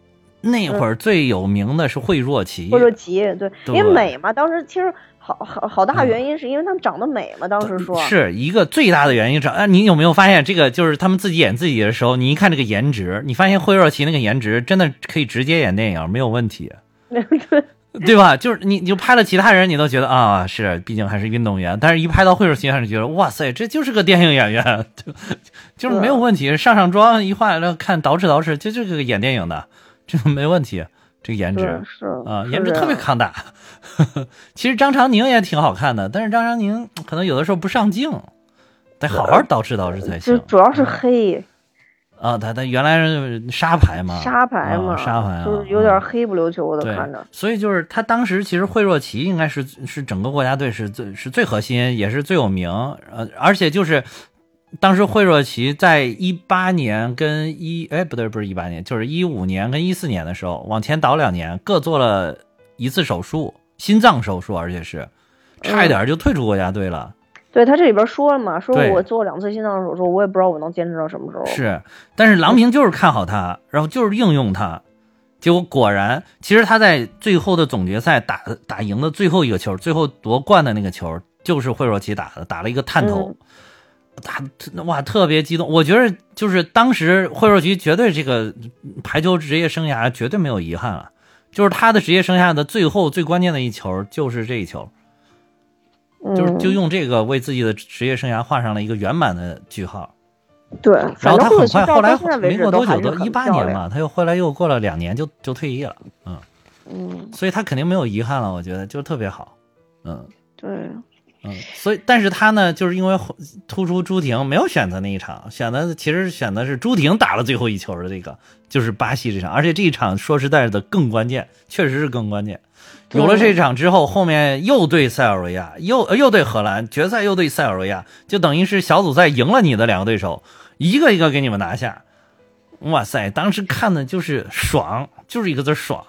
那会
嗯
儿最有名的是惠若琪，
或者急，对，因
对嗯
为美嘛，当时其实好好好大原因是因为他们长得美嘛，当时说，
呃 是一个最大的原因是。哎、你有没有发现这个？就是他们自己演自己的时候，你一看这个颜值，你发现惠若琪那个颜值真的可以直接演电影，没有问题，
嗯
对吧？就是你你就拍了其他人，你都觉得啊，是，毕竟还是运动员。但是一拍到惠若琪，还是觉得哇塞，这就是个电影演员， 就就是没有问题，上上妆一化，然后看捯饬捯饬，就这个演电影的，这个没问题，这个颜值。
对，是
啊，
是
颜值
这
特别
样
抗打。 其实张常宁也挺好看的，但是张常宁可能有的时候不上镜，得好好捯饬捯饬才
就
行
主要是黑
啊。他他原来是沙排嘛，
沙排
啊
嘛，
沙排啊
就是有点黑不溜秋的
对
看着，，
所以就是他当时其实惠若琪应该是是整个国家队是最是最核心，也是最有名，呃，而且就是当时惠若琪在一八年跟一哎不对不是一八年，就是一五年跟一四年的时候，往前倒两年，各做了一次手术，心脏手术，而且是差一点就退出国家队了。
对他这里边说了嘛，说
对
我做两次心脏手术，我也不知道我能坚持到什么时候，
是，但是郎平就是看好他，然后就是应用他，结果果然，其实他在最后的总决赛打打赢的最后一个球，最后夺冠的那个球，就是惠若琪打的，打了一个探头，打哇特别激动。我觉得就是当时惠若琪绝对这个排球职业生涯绝对没有遗憾了，就是他的职业生涯的最后最关键的一球就是这一球，就是就
嗯
用这个为自己的职业生涯画上了一个圆满的句号。
对，
然
反
后
正
他
或者
很
去
快，
到
后来
现在为
没
止
过
都
多
还
久，
是
都
很
一八
漂
年
亮。
吧，他又后来又过了两年就就退役了，嗯，
嗯，
所以他肯定没有遗憾了，我觉得就特别好，嗯
对，
嗯，所以但是他呢，就是因为后突出朱婷没有选择那一场，选的其实选的是朱婷打了最后一球的这个，就是巴西这场，而且这一场说实在的更关键，确实是更关键。
对
有了这场之后，后面又对塞尔维亚，又呃又对荷兰，决赛又对塞尔维亚，就等于是小组赛赢了你的两个对手，一个一个给你们拿下。哇塞，当时看的就是爽，就是一个字儿爽。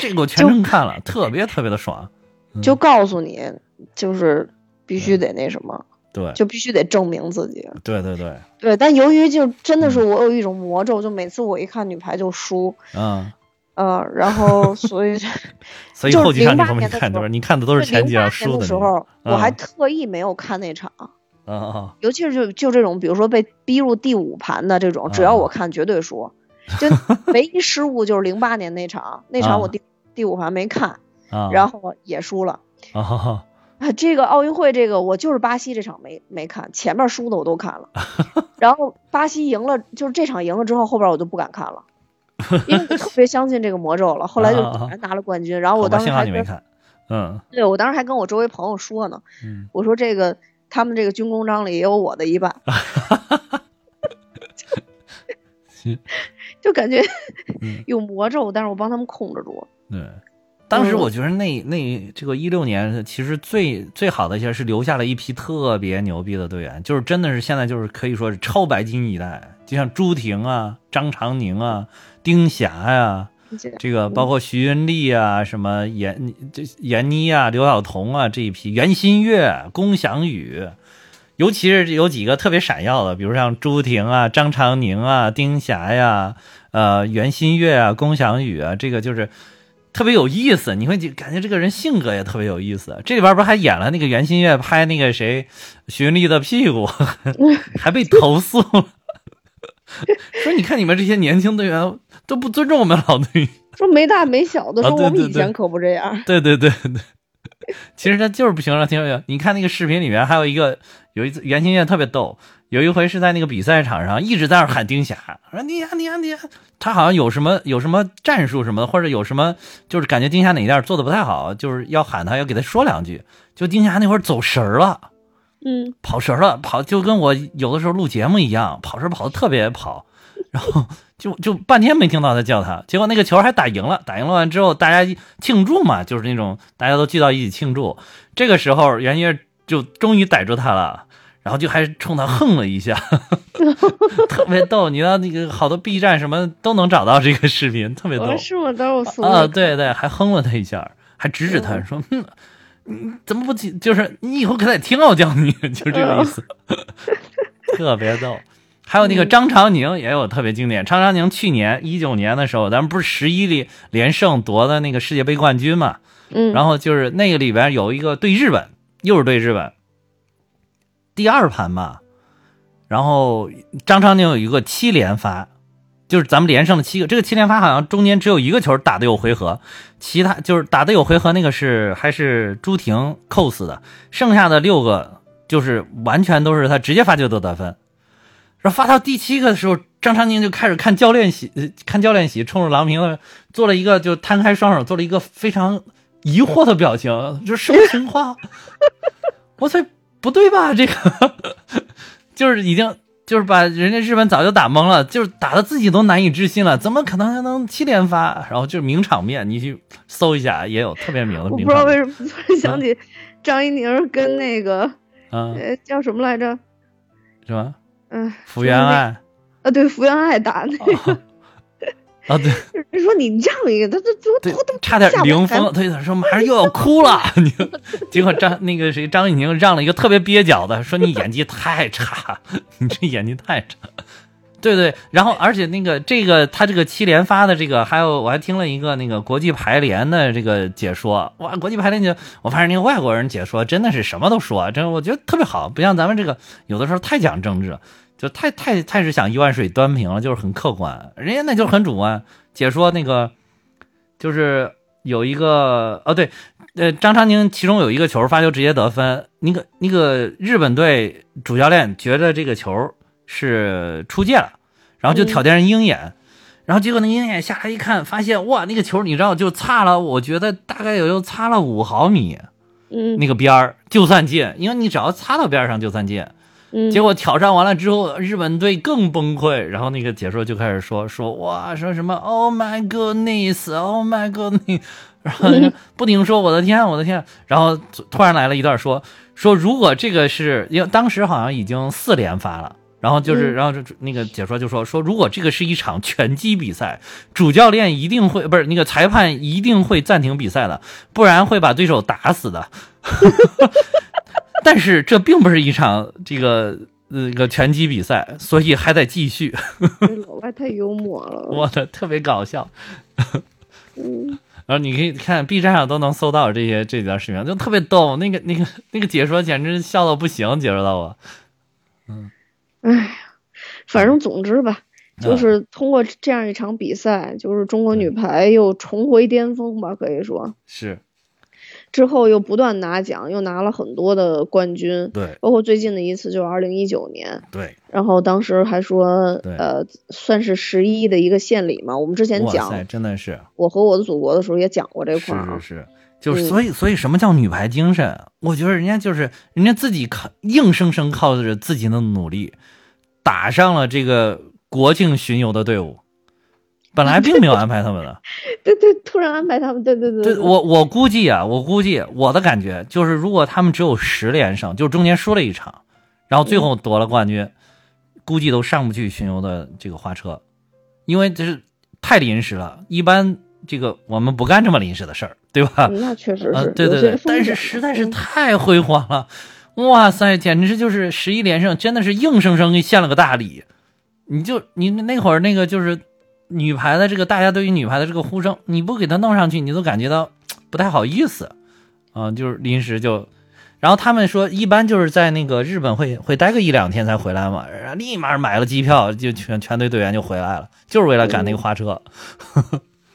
这个我全程看了，特别特别的爽。
就告诉你，就是必须得那什么，
嗯对，
就必须得证明自己。
对对 对，
对，但由于就真的是我有一种魔咒，就每次我一看女排就输，
嗯，
呃，然后所以
所以
就是
后几场你
08
都没
年的
看，
时
对
候
吧？你看的都是前
零
几场
八年
输
的
的
时候，我还
嗯
特意没有看那场，
啊啊，
尤其是就就这种，比如说被逼入第五盘的这种，只
嗯
要我看绝对输。就唯一失误就是零八年那场，那
啊
场我第第五盘没看，
啊
然后也输了。
啊啊
啊， 这个奥运会，这个我就是巴西这场没没看，前面输的我都看了， 然后巴西赢了，就是这场赢了之后，后边我就不敢看 了，因为我特别相信这个魔咒了。后来就
啊啊啊
果然拿了冠军，然后
好
我
吧，
当时
幸好
还
你没
跟
看，嗯
对我当时还跟我周围朋友说呢，
嗯，
我说这个他们这个军功章里也有我的一 半
行，
就感觉
嗯
有魔咒，但是我帮他们控制住了。
对。当时
嗯
我觉得那那这个一六年其实最最好的一些是留下了一批特别牛逼的队员，就是真的是现在就是可以说是超白金一代，就像朱婷啊、张常宁啊、丁霞呀、这个包括徐云丽啊、什么闫这闫妮啊、刘晓彤啊这一批，袁心玥、龚翔宇，尤其是有几个特别闪耀的，比如像朱婷啊、张常宁啊、丁霞呀、呃袁心玥啊、龚翔宇啊，这个就是特别有意思。你会觉感觉这个人性格也特别有意思。这里边不是还演了那个袁心玥拍那个谁徐云丽的屁股， 还被投诉了。 说你看你们这些年轻队员都不尊重我们老队员，
说没大没小的，
啊
说
对
我们
对
以
对
前可不这样。
对对对对，其实他就是不行了，听没你看那个视频里面还有一个，有一次袁心玥特别逗，有一回是在那个比赛场上一直在那儿喊丁霞，说你呀你呀你呀，他好像有什么有什么战术什么的，或者有什么就是感觉丁霞哪一点做的不太好，就是要喊他要给他说两句，就丁霞那会儿走神儿了。
嗯，
跑神儿了，跑就跟我有的时候录节目一样，跑神儿跑的特别跑，然后就就半天没听到他叫他，结果那个球还打赢了，打赢了完之后大家一庆祝嘛，就是那种大家都聚到一起庆祝，这个时候袁岳就终于逮住他了。然后就还冲他横了一下， 特别逗。你到那个好多 B 站什么都能找到这个视频，特别逗。
我是我当时我怂
啊，
了。
对对，还哼了他一下，还指指他
嗯
说：“嗯，你怎么不听？就是你以后可得听我叫你， 就这个意思， 特别逗。”还有那个张常宁也有特别经典，张常宁去年一九年的时候，咱们不是十一里连胜夺的那个世界杯冠军嘛？
嗯，
然后就是那个里边有一个对日本，又是对日本，第二盘吧。然后张常宁有一个七连发，就是咱们连胜了七个。这个七连发好像中间只有一个球打的有回合，其他就是打的有回合那个是还是朱婷扣死的，剩下的六个就是完全都是他直接发球得得分。然后发到第七个的时候，张常宁就开始看教练席，呃看教练席，冲着郎平的做了一个就摊开双手，做了一个非常疑惑的表情，就是什么情况？ 我操，不对吧？这个 就是已经就是把人家日本早就打懵了，就是打的自己都难以置信了，怎么可能还能七连发？然后就是名场面，你去搜一下也有特别名的
我
名
不知道
场
为
面。
什么突然想起张怡宁跟那个
嗯，
呃叫什么来着？
什 么？
嗯，
福原爱
啊，对，福原爱打那个，
啊啊，对
人说你让一个，他他
对
他他，
差点
吓我
零
一
封
跳，
对他说马上又要哭 了，你结果张那个谁张艺宁让了一个特别蹩脚的，说你演技太差， 你这演技太差。对对，然后而且那个这个他这个七连发的这个，还有我还听了一个那个国际排联的这个解说，哇，国际排联就我发现那个外国人解说真的是什么都说，真的我觉得特别好，不像咱们这个有的时候太讲政治，就太太太是想一碗水端平了，就是很客观，人家那就是很主观解说那个就是有一个哦对，呃，张常宁其中有一个球发球直接得分，那个那个日本队主教练觉得这个球是出界了，然后就挑战人鹰眼。然后结果那鹰眼下来一看，发现哇，那个球你知道就差了，我觉得大概也就差了五毫米，
嗯
那个边儿就算进，因为你只要擦到边儿上就算进。
嗯，
结果挑战完了之后，日本队更崩溃，然后那个解说就开始说说哇，说什么 Oh my goodness，Oh my goodness，然后就不停说我的天，我的天，然后突突然来了一段说说如果这个是因为当时好像已经四连发了。然后就是，
嗯
然后就那个解说就说说，如果这个是一场拳击比赛，主教练一定会不是那个裁判一定会暂停比赛的，不然会把对手打死的。 但是这并不是一场这个呃一个拳击比赛，所以还得继续。
老外太幽默了，
我的特别搞笑。
嗯
然后你可以看 B 站上都能搜到这些这几段视频，就特别逗。那个那个那个解说简直笑到不行，解说到我。
哎，反正总之吧，
嗯
就是通过这样一场比赛，就是中国女排又重回巅峰吧，可以说
是
之后又不断拿奖，又拿了很多的冠军，
对
包括最近的一次就是二零一九年，
对，
然后当时还说
对
呃算是十一的一个献礼嘛，我们之前
哇塞，
讲
真的是
我和我的祖国的时候也讲过这
是
块儿啊
是，是，就是所以所以什么叫女排精神？我觉得人家就是人家自己靠硬生生靠着自己的努力，打上了这个国庆巡游的队伍。本来并没有安排他们的，
对对，突然安排他们，对对对
对我我估计啊，我估计我的感觉就是，如果他们只有十连胜，就是中间输了一场，然后最
嗯
后夺了冠军，估计都上不去巡游的这个花车，因为这是太临时了。一般这个我们不干这么临时的事儿，对吧？
嗯那确实
啊
是，，
对
有
对
些
对，
风
但是
险
实
嘛
在是
嗯
太辉煌了，哇塞，简直就是十一连胜，真的是硬生生给献了个大礼。你就你那会儿那个就是女排的这个大家对于女排的这个呼声，你不给她弄上去，你都感觉到不太好意思啊、就是临时就。然后他们说，一般就是在那个日本会会待个一两天才回来嘛，然后立马买了机票，就全全队队员就回来了，就是为了赶那
嗯
个花车，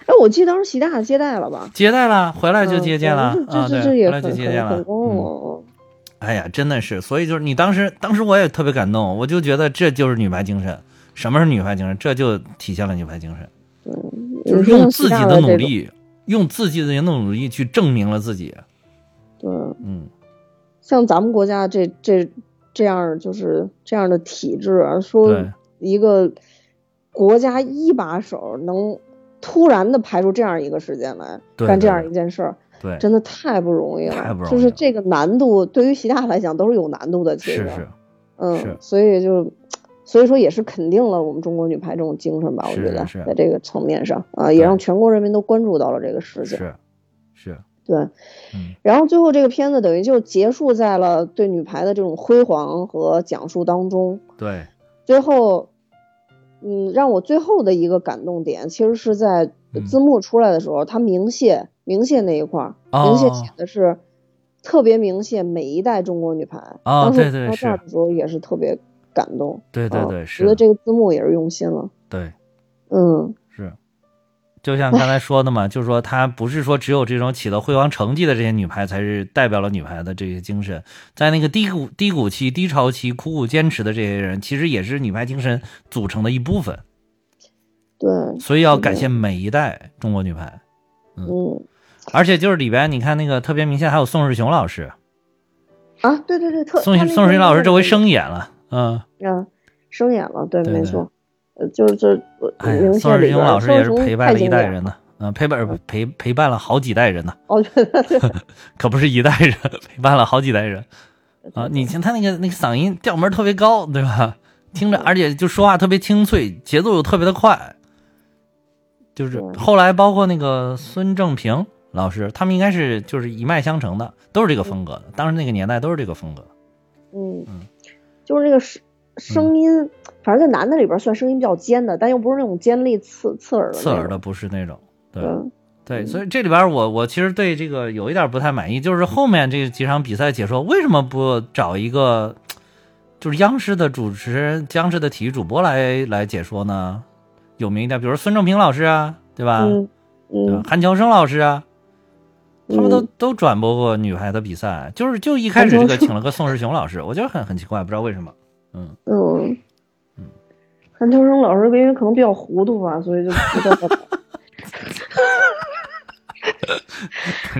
哎，我记得当时习大接待了吧？
接待了，回来
那
就接见了啊，
嗯这
对，
这这也
回来
很
就
很
接见了
很，公
嗯
哦。
哎呀，真的是，所以就是你当时，当时我也特别感动，我就觉得这就是女排精神。什么是女排精神？这就体现了女排精神，就是
你说
用
像
自己
习大
的
这
努
种，
力，用自己的努力去证明了自己。
对，
嗯，
像咱们国家这这这样就是这样的体制啊，说
对
一个国家一把手能突然的排出这样一个时间来
对
干这
对
样
对
一件事儿，
对，
真的太不容易了。
太不容
就
易
是
了
这个难度对于习大来讲都是有难度的，其实
是是是
嗯，所以就。所以说，也是肯定了我们中国女排这种精神吧，我
是
觉得
是
在这个层面上啊，也让
对
全国人民都关注到了这个事情。
是是，
对，
嗯
然后最后这个片子等于就结束在了对女排的这种辉煌和讲述当中。
对，
最后，嗯，让我最后的一个感动点，其实是在
嗯
字幕出来的时候，他鸣谢鸣谢那一块儿，
哦
鸣谢写的是特别鸣谢每一代中国女排。
哦
当时
对对
我看到
是
这儿的时候也是特别感动。
对对
啊
对是
觉得
的
这个字幕也是用心了。
对
嗯，
是。就像刚才说的嘛，就是说她不是说只有这种取得辉煌成绩的这些女排才是代表了女排的这些精神，在那个低谷低谷期、低潮期苦苦坚持的这些人，其实也是女排精神组成的一部分。
对，
所以要感谢每一代中国女排，
嗯
而且就是里边你看那个特别明显，还有宋世雄老师，
啊，对对对，特
宋
他那
宋世
天
雄老师
那
这回
个
生演了，嗯，
啊，生演了，对，
对
没
对
错，呃，就是这呃
哎呀，
明
宋
谢
世
里
雄
边儿，
老师
宋
也
世
是
雄
陪
太
伴了一
经
代
典
人
了。
呢，嗯，陪伴陪陪伴了好几代人呢，
我觉 得对
可不是一代人，陪伴了好几代人啊！你听他那个那个嗓音调门儿特别高，对吧？ 听着，而且就说话特别清脆，节奏又特别的快，就是
对
后来包括那个孙正平老师，他们应该是就是一脉相承的，都是这个风格的，当时那个年代都是这个风格。
嗯
嗯，
就是那个声声音，反正在男的里边儿算声音比较尖的，但又不是那种尖利刺刺耳的
刺
那
耳的啊
种，
不是那种，对
嗯
对，
嗯
所以这里边我我其实对这个有一点不太满意，就是后面这几场比赛解说为什么不找一个就是央视的主持人、央视的体育主播来来解说呢？有名一点，比如孙正平老师啊，对吧？
嗯
对吧
嗯，
韩乔生老师啊，他们都都转播过女排的比赛，就是就一开始这个请了个宋世雄老师，我觉得很很奇怪，不知道为什么。嗯，
嗯，韩秋生老师因为可能比较糊涂吧，所以就不 在这儿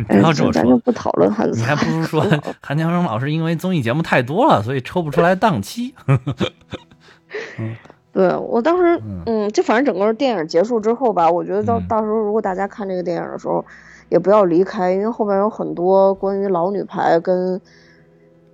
不要这么
哎咱就
说，
不讨论 韩
你还。
赛
不如说韩强生老师因为综艺节目太多了，所以抽不出来档期。
对我当时
嗯，
嗯，就反正整个电影结束之后吧，我觉得到
嗯
到时候如果大家看这个电影的时候，也不要离开，因为后面有很多关于老女排跟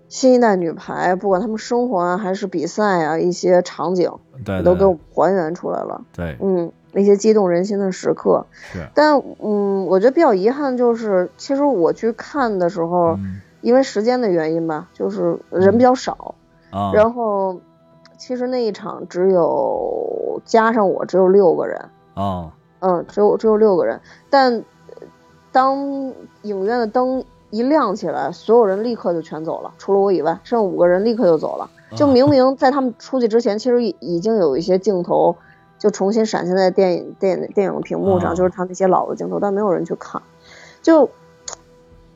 新一代女排，不管他们生活啊还是比赛啊，一些场景
对
也
对
都给我
对
们还原出来了。
对，
嗯，一些激动人心的时刻。
是，
但嗯，我觉得比较遗憾就是，其实我去看的时候，
嗯
因为时间的原因吧，就是人比较少，
啊，
然后其实那一场只有加上我只有六个人，
哦，
嗯，只有只有六个人。但呃当影院的灯一亮起来，所有人立刻就全走了，除了我以外，剩五个人立刻就走了。就明明在他们出去之前，其实已已经有一些镜头就重新闪现在电影电影电影屏幕
啊
上，就是他那些老的镜头，但没有人去看，就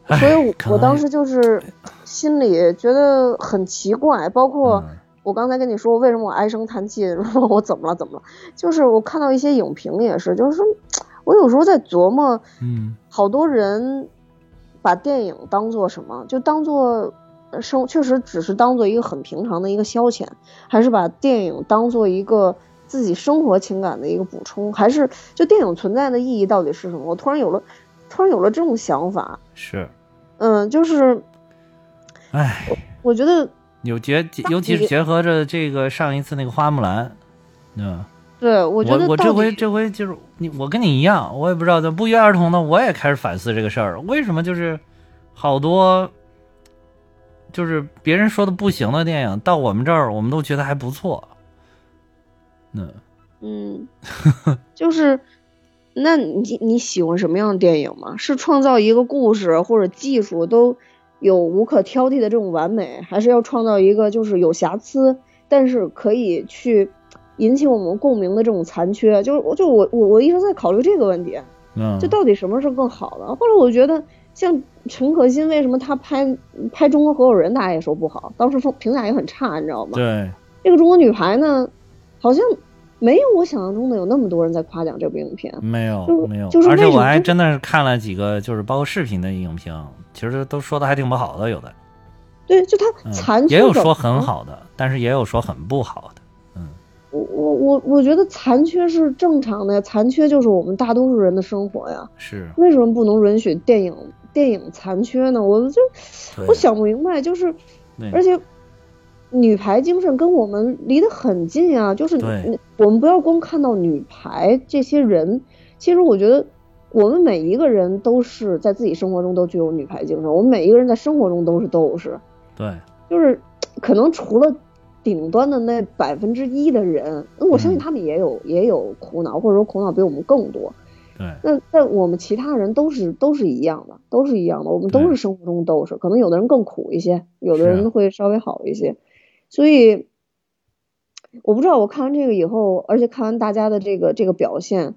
唉
所以我
哎可
我
能
当时就是心里觉得很奇怪，包括
嗯
我刚才跟你说为什么我唉声叹气， 说我怎么了怎么了，就是我看到一些影评也是，就是说我有时候在琢磨，
嗯
好多人把电影当做什么，就当做呃生，确实只是当做一个很平常的一个消遣，还是把电影当做一个自己生活情感的一个补充，还是就电影存在的意义到底是什么？我突然有了，突然有了这种想法，
是，
嗯，就是
唉，
我觉得
有结尤其是结合着这个上一次那个花木兰，嗯。
对，我觉
我
得
我
到
这回
底
这回就是你，我跟你一样，我也不知道，怎么不约而同的，我也开始反思这个事儿，为什么就是好多就是别人说的不行的电影，到我们这儿我们都觉得还不错。嗯，
嗯，就是，那你你喜欢什么样的电影吗？是创造一个故事或者技术都有无可挑剔的这种完美，还是要创造一个就是有瑕疵，但是可以去引起我们共鸣的这种残缺？就是我就我我我一直在考虑这个问题，
嗯
就到底什么是更好的？后来我觉得。像陈可辛，为什么他拍拍《中国合伙人》，大家也说不好，当时风评价也很差，你知道吗？
对，
这个中国女排呢，好像没有我想象中的有那么多人在夸奖这部影片。
没有
就是
没有，
就是
而且
为什
我
么
还
就
真的是看了几个，就是包括视频的影评，其实都说的还挺不好的，有的，
对，就它
嗯
残缺、嗯
也有说很。好的，但是也有说很不好的。
我我我我觉得残缺是正常的呀，残缺就是我们大多数人的生活呀。
是，
为什么不能允许电影电影残缺呢？我就
对
我想不明白，就是
对
而且。女排精神跟我们离得很近啊，就是
对
你我们不要光看到女排这些人，其实我觉得我们每一个人都是在自己生活中都具有女排精神，我们每一个人在生活中都是斗士，
对，
就是可能除了顶端的那百分之一的人，那我相信
嗯
他们也有、也有苦恼，或者说苦恼比我们更多。
对，
那在我们其他人都是都是一样的，都是一样的，我们
对
都是生活中都是，可能有的人更苦一些，有的
是啊
人会稍微好一些，所以我不知道我看完这个以后，而且看完大家的这个这个表现，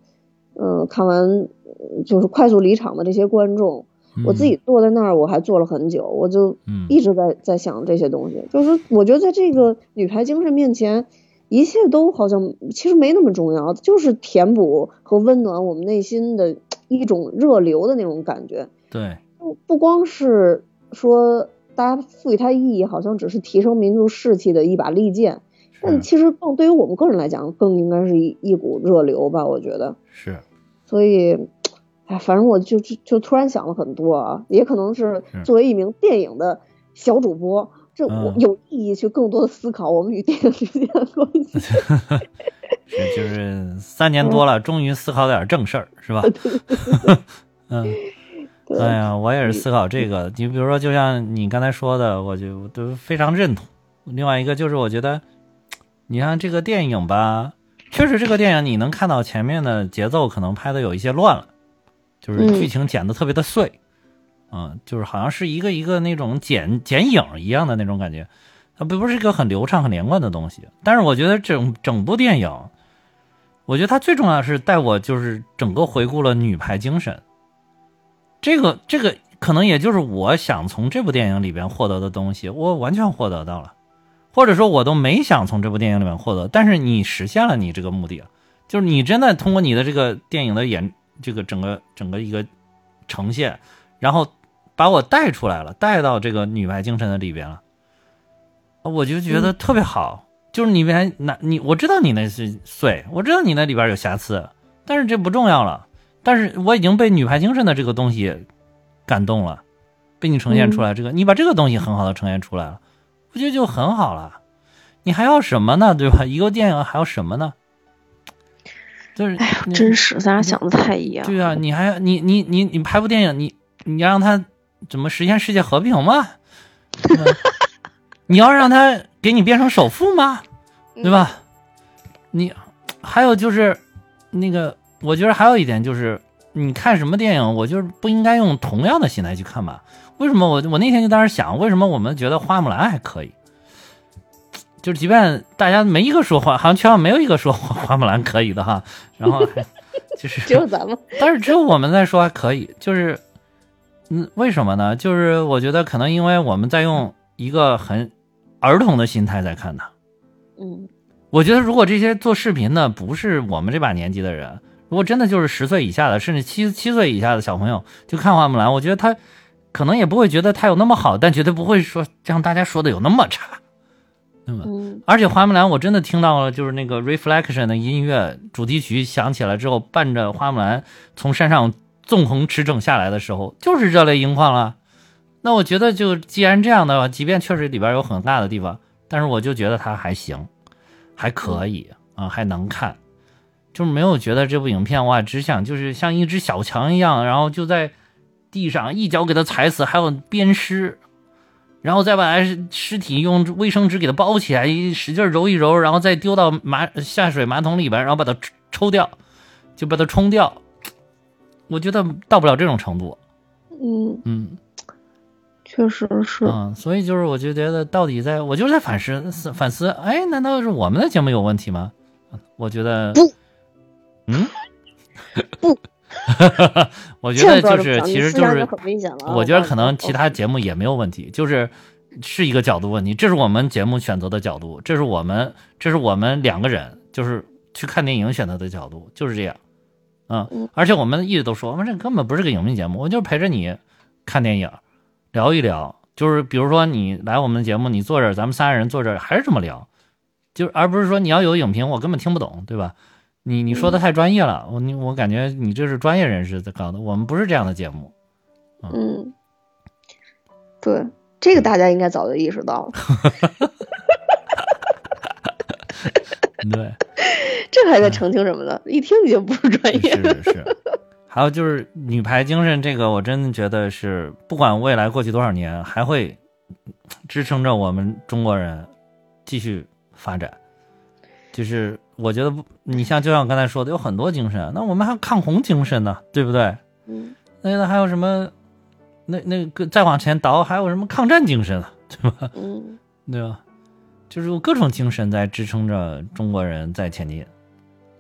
嗯、看完呃就是快速离场的这些观众，我自己坐在那儿我还坐了很久，我就
嗯
一直在在想这些东西，就是说我觉得在这个女排精神面前。一切都好像其实没那么重要，就是填补和温暖我们内心的一种热流的那种感觉。
嗯对，
不不光是说大家赋予它意义，好像只是提升民族士气的一把利剑，但
是
其实更对于我们个人来讲，更应该是一一股热流吧，我觉得。
是，
所以，哎，反正我就就就突然想了很多啊，也可能是
是
作为一名电影的小主播，这我
嗯
有意义去更多的思考我们与电影之间的关系。
是就是三
嗯
年多了，终于思考点正事儿，是吧？嗯，
对，
哎呀，我也是思考这个。你比如说，就像你刚才说的，我就我都非常认同。另外一个就是，我觉得，你看这个电影吧，确实这个电影你能看到前面的节奏可能拍的有一些乱了，就是
嗯
剧情剪的特别的碎，嗯就是好像是一个一个那种剪剪影一样的那种感觉，它并不是一个很流畅、很连贯的东西。但是我觉得整整部电影，我觉得它最重要的是带我就是整个回顾了女排精神。这个这个可能也就是我想从这部电影里边获得的东西，我完全获得到了，或者说我都没想从这部电影里面获得，但是你实现了你这个目的了，就是你真的通过你的这个电影的演这个整个整个一个呈现，然后把我带出来了，带到这个女排精神的里边了，我就觉得特别好。就是你别拿你，我知道你那是碎，我知道你那里边有瑕疵，但是这不重要了。但是我已经被女排精神的这个东西感动了，被你呈现出来这个，你把这个东西很好的呈现出来了，我觉得就很好了。你还要什么呢？对吧？一个电影还要什么呢？就是
哎呀，
你
真是咱俩想的太一样。
对啊，你还你你你你拍部电影，你你让他怎么实现世界和平吗？嗯 你要让他给你变成首富吗？对吧？
嗯
你还有就是那个，我觉得还有一点就是，你看什么电影，我就是不应该用同样的心态去看吧？为什么我我那天就当时想，为什么我们觉得花木兰还可以？就是即便大家没一个说花，好像圈上没有一个说花花木兰可以的哈，然后还 就是
只有咱们，
但是只有我们在说还可以，就是，嗯，为什么呢？就是我觉得可能因为我们在用一个很儿童的心态在看它。
嗯，
我觉得如果这些做视频的不是我们这把年纪的人，如果真的就是十岁以下的，甚至七七岁以下的小朋友就看花木兰，我觉得他可能也不会觉得他有那么好，但绝对不会说让大家说的有那么差，对吧？
嗯，
而且花木兰，我真的听到了，就是那个 Reflection 的音乐主题曲响起来之后，伴着花木兰从山上纵横驰骋下来的时候，就是热泪盈眶了。那我觉得，就既然这样的话，即便确实里边有很尬的地方，但是我就觉得它还行，还可以啊、还能看，就是没有觉得这部影片哇，只想就是像一只小强一样，然后就在地上一脚给它踩死，还有鞭尸，然后再把尸体用卫生纸给它包起来，一使劲揉一揉，然后再丢到马下水马桶里边，然后把它抽抽掉，就把它冲掉。我觉得到不了这种程度，
嗯，
嗯
确实是。
嗯，所以就是我就觉得到底在，我就是在反思反思，哎，难道是我们的节目有问题吗？我觉得
不，
嗯，
不，
我觉
这
得
不要
就是
这么想
其
你
实
思
就
想
是
很危险了啊。
我觉得可能其他
我
节目也没有问题，就是是一个角度问题，这是我们节目选择的角度，这是我们这是我们两个人就是去看电影选择的角度，就是这样，嗯
嗯，
而且我们一直都说，我们这根本不是个影评节目，我就是陪着你看电影，聊一聊，就是比如说你来我们的节目，你坐这儿，咱们仨人坐这儿还是这么聊，就是而不是说你要有影评，我根本听不懂，对吧？你你说
嗯
的太专业了，我你我感觉你这是专业人士在搞的，我们不是这样的节目，
嗯，对，这个大家应该早就意识到了，
对。
这还在澄清什么呢？一听你就不是专业。
是是，还有就是女排精神，这个我真的觉得是，不管未来过去多少年，还会支撑着我们中国人继续发展。就是我觉得不，你像就像我刚才说的，有很多精神，那我们还有抗洪精神呢，对不对？
嗯
那那还有什么？那那个再往前倒，还有什么抗战精神啊，对吧？
嗯
对吧？就是有各种精神在支撑着中国人在前进，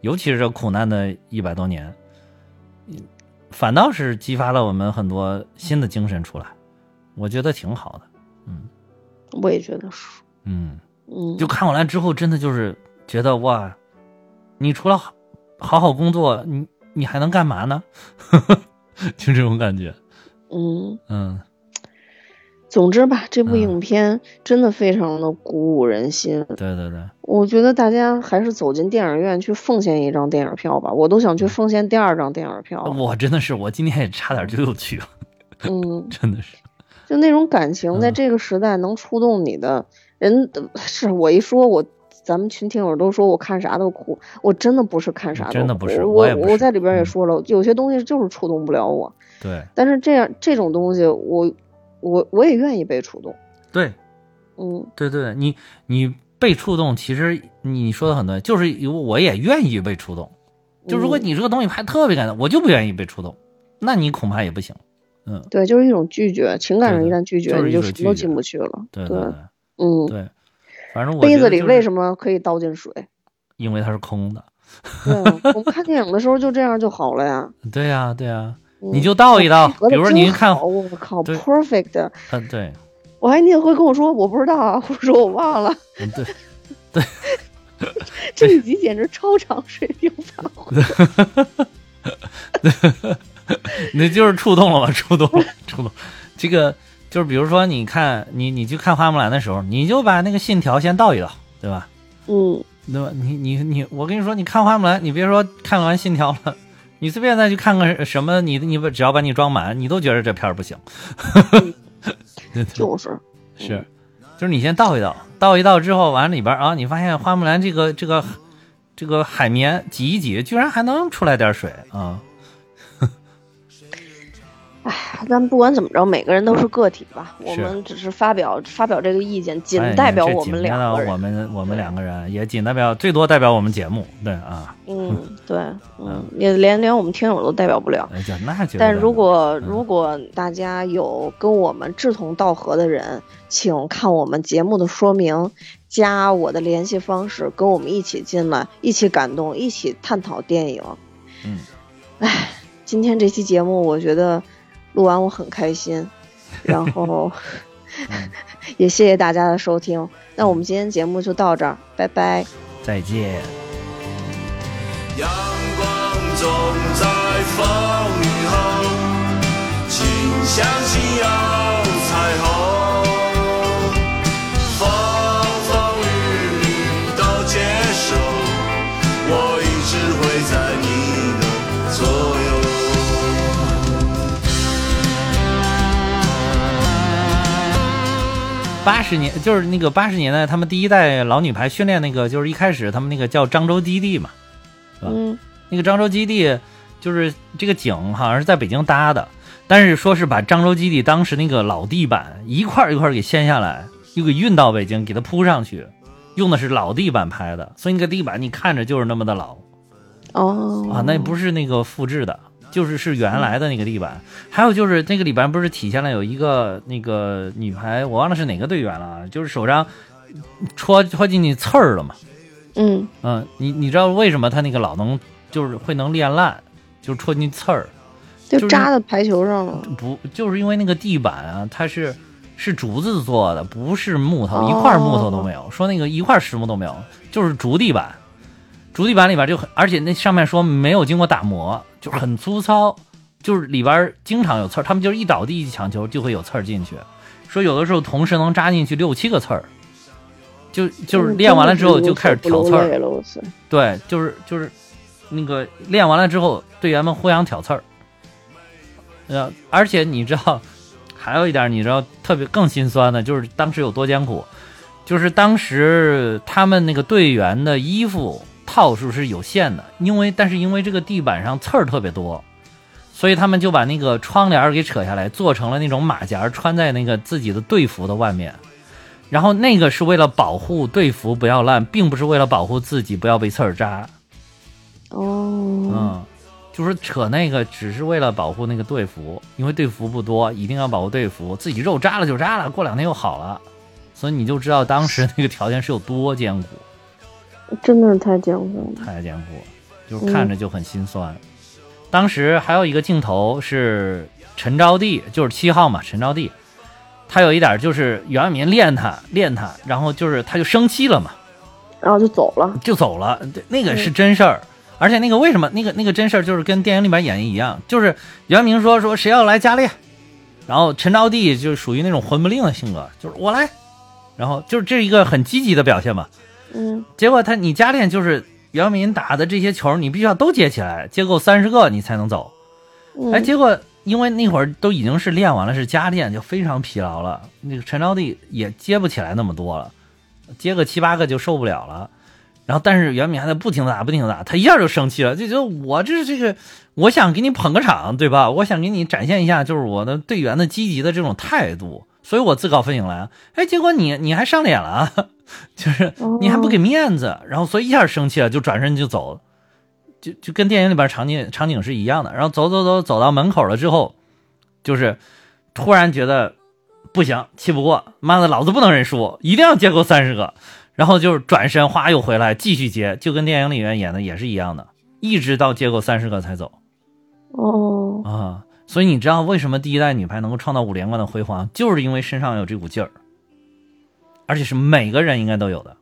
尤其是这苦难的一百多年，反倒是激发了我们很多新的精神出来，我觉得挺好的。
我也觉得是。
嗯，
嗯，
就看完了之后，真的就是觉得哇，你除了好好好工作，你你还能干嘛呢？ 就这种感觉。
嗯，
嗯，
总之吧，这
嗯
部影片真的非常的鼓舞人心。
对对对，
我觉得大家还是走进电影院去奉献一张电影票吧，我都
嗯
想去奉献第二张电影票了。
我真的是，我今天也差点就又去了，
嗯，
真的是。
就那种感情，在
嗯
这个时代能触动你的人，呃是我一说我。咱们群听友都说我看啥都哭，我真的不是看啥都哭，
真的不是我
我
也不是
我在里边也
嗯
说了，有些东西就是触动不了我，
对
但是这样这种东西我，我我也愿意被触动，
对，
嗯
对对，你你被触动，其实你说的很对，就是有我也愿意被触动。就
嗯
如果你这个东西拍特别感动，我就不愿意被触动，那你恐怕也不行。嗯，
对，就是一种拒绝，情感上
对
一
的
旦拒绝，
就是
你
一
就
种
什
拒
么都
绝
进不去了，
对对对
嗯，
对，反正我
杯子里为
么？
什么可以倒进 水？
因为它是空的。
对啊，我们看电影的时候就这样就好了呀。
对呀、对呀、
嗯
你就倒一倒，比如说您看，
我靠
对
，perfect！
嗯，对，
我还你会跟我说我不知道啊，或者说我忘了，
嗯对，
这一集简直超常水平发 挥。
那就是触动了吧？触动了，触动。这个就是，比如说，你看你你去看花木兰的时候，你就把那个信条先倒一倒，对吧？
嗯，
对吧？你你你，我跟你说，你看花木兰，你别说看完信条了，你随便再去看个什么，你你只要把你装满，你都觉得这片儿不行。 对对
嗯就是，
是，就是你先倒一倒，倒一倒之后，完了里边儿啊，你发现花木兰这个这个这个海绵挤一挤，居然还能出来点水啊！
哎，咱不管怎么着，每个人都是个体吧，我们只是发表发表这个意见，仅
哎你
代表
这
我
仅
们
代
两
表
个
我
人。
们我们两个人，也仅代表最多代表我们节目，对啊，
嗯， 对，嗯，也连连我们听友都代表不了。
哎就那就
但如果
嗯
如果大家有跟我们志同道合的人，请看我们节目的说明，加我的联系方式，跟我们一起进来，一起感动，一起探讨电影。
嗯，
唉，今天这期节目我觉得录完我很 开心，然后
嗯
也谢谢大家的收听。那我们今天节目就到这儿，拜拜。
再见。
阳光总在风雨后，请相信有彩虹。风风雨雨都接受，我一直会在你的左右。
八十年就是那个八十年代，他们第一代老女排训练那个，就是一开始他们那个叫漳州基地嘛，吧
嗯，
那个漳州基地就是这个井好像是在北京搭的，但是说是把漳州基地当时那个老地板一块儿一块儿给掀下来，又给运到北京，给它铺上去，用的是老地板拍的，所以那个地板你看着就是那么的老
哦，
啊，那不是那个复制的。就是是原来的那个地板，还有就是那个里边不是体现了有一个那个女排，我忘了是哪个队员了啊，就是手上戳戳进去刺儿了嘛，
嗯
嗯，你你知道为什么他那个老能就是会能练烂，就是戳进刺儿，
就
就是
扎到排球上了。
不就是因为那个地板啊，它是是竹子做的，不是木头，一块木头都没有。说那个一块石木都没有，就是竹地板，竹地板里边就很，而且那上面说没有经过打磨，就是很粗糙，就是里边经常有刺儿，他们就是一倒地一抢球就会有刺儿进去，说有的时候同时能扎进去六七个刺儿。就就是
嗯
练完了之后
真的
就是开始
无
挑
所
刺
不
儿
流，泪了，我操！
对，就是就是那个练完了之后，队员们互相挑刺儿。呃，而且你知道，还有一点你知道特别更心酸的，就是当时有多艰苦，就是当时他们那个队员的衣服套数是有限的，因为但是因为这个地板上刺儿特别多，所以他们就把那个窗帘儿给扯下来，做成了那种马甲，穿在那个自己的队服的外面。然后那个是为了保护队服不要烂，并不是为了保护自己不要被刺儿扎。
哦，
嗯，就是扯那个只是为了保护那个队服，因为队服不多，一定要保护队服。自己肉扎了就扎了，过两天又好了，所以你就知道当时那个条件是有多艰苦，
真的是太艰苦了。
太艰苦了，就是看着就很心酸。当时还有一个镜头是陈招娣，就是七号嘛，陈招娣，他有一点就是袁晓明练他练他，然后就是他就生气了嘛。
然后就走了。
就走了。对，那个是真事儿，而且那个为什么那个那个真事儿就是跟电影里边演绎一样，就是袁明说说谁要来加练，然后陈招娣就属于那种混不吝的性格，就是我来，然后就是这一个很积极的表现嘛。
嗯
结果他你加练就是姚明打的这些球，你必须要都接起来，接够三十个你才能走。
嗯，
哎，结果因为那会儿都已经是练完了，是加练，就非常疲劳了。那个陈招娣也接不起来那么多了，接个七八个就受不了了。然后，但是袁敏还在不停的打，不停的打，他一下就生气了，就觉得我这是这个，我想给你捧个场，对吧？我想给你展现一下，就是我的队员的积极的这种态度，所以我自告奋勇来啊。哎，结果你你还上脸了啊， 就是你还不给面子，然后所以一下生气了，就转身就走了。就就跟电影里边场景场景是一样的。然后走走走走到门口了之后，就是突然觉得不行，气不过，妈的，老子不能认输，一定要接够三十个。然后就是转身，哗又回来继续接，就跟电影里面演的也是一样的，一直到接够三十个才走
哦，
啊。所以你知道为什么第一代女排能够创造五连冠的辉煌，就是因为身上有这股劲儿，而且是每个人应该都有的。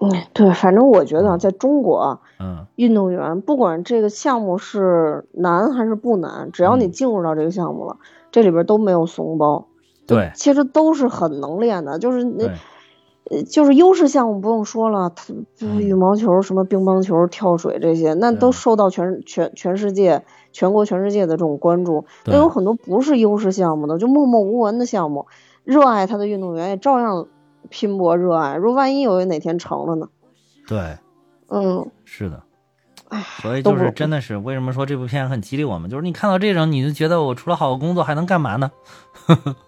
嗯，对，反正我觉得啊在中国啊，
嗯，
运动员不管这个项目是难还是不难，只要你
嗯
进入到这个项目了，这里边都没有怂包。
对
其实都是很能练的，就是那
对，
呃就是优势项目不用说了，它就是
嗯
羽毛球、什么乒乓球、跳水这些，那
对
都受到全全全世界、全国、全世界的这种关注。
对
那有很多不是优势项目的，就默默无闻的项目，热爱他的运动员也照样拼搏热爱。如果万一有哪天成了呢？
对，
嗯，
是的
唉。
所以
哎都
就
不
是
容易
真的是为什么说这部片很激励我们，就是你看到这种，你就觉得我除了好好工作还能干嘛 呢？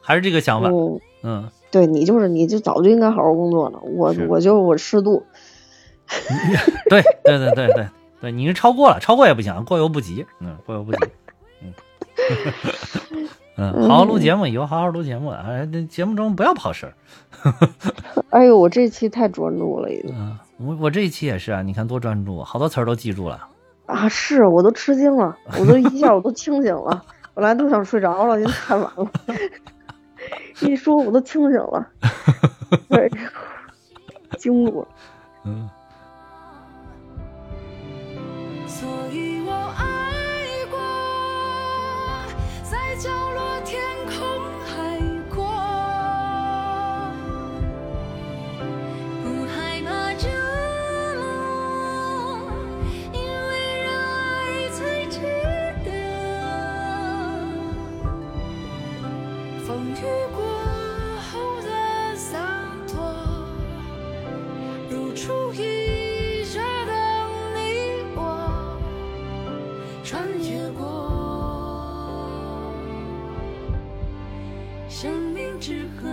还是这个想法。
嗯，
嗯，
对你就是你就早就应该好好工作了，我
是
我就我适度，
对对对对对对，你是超过了，超过也不行，过犹不及。嗯，过犹不及。 嗯，嗯，好好录节目，以后好好录节目。哎，这节目中不要跑神儿。
哎呦，我这期太专注了，已经
嗯，我我这一期也是啊，你看多专注，好多词儿都记住了。
啊，是我都吃惊了，我都一下我都清醒了，本来都想睡着了，因为太晚了， 一说我都清 醒了，对， 惊住了。
嗯，
所以我爱过，在角落天空海过，不害怕折磨，因为热爱才值得。风雨过后的洒脱。如初一这的你我，穿越过生命之河。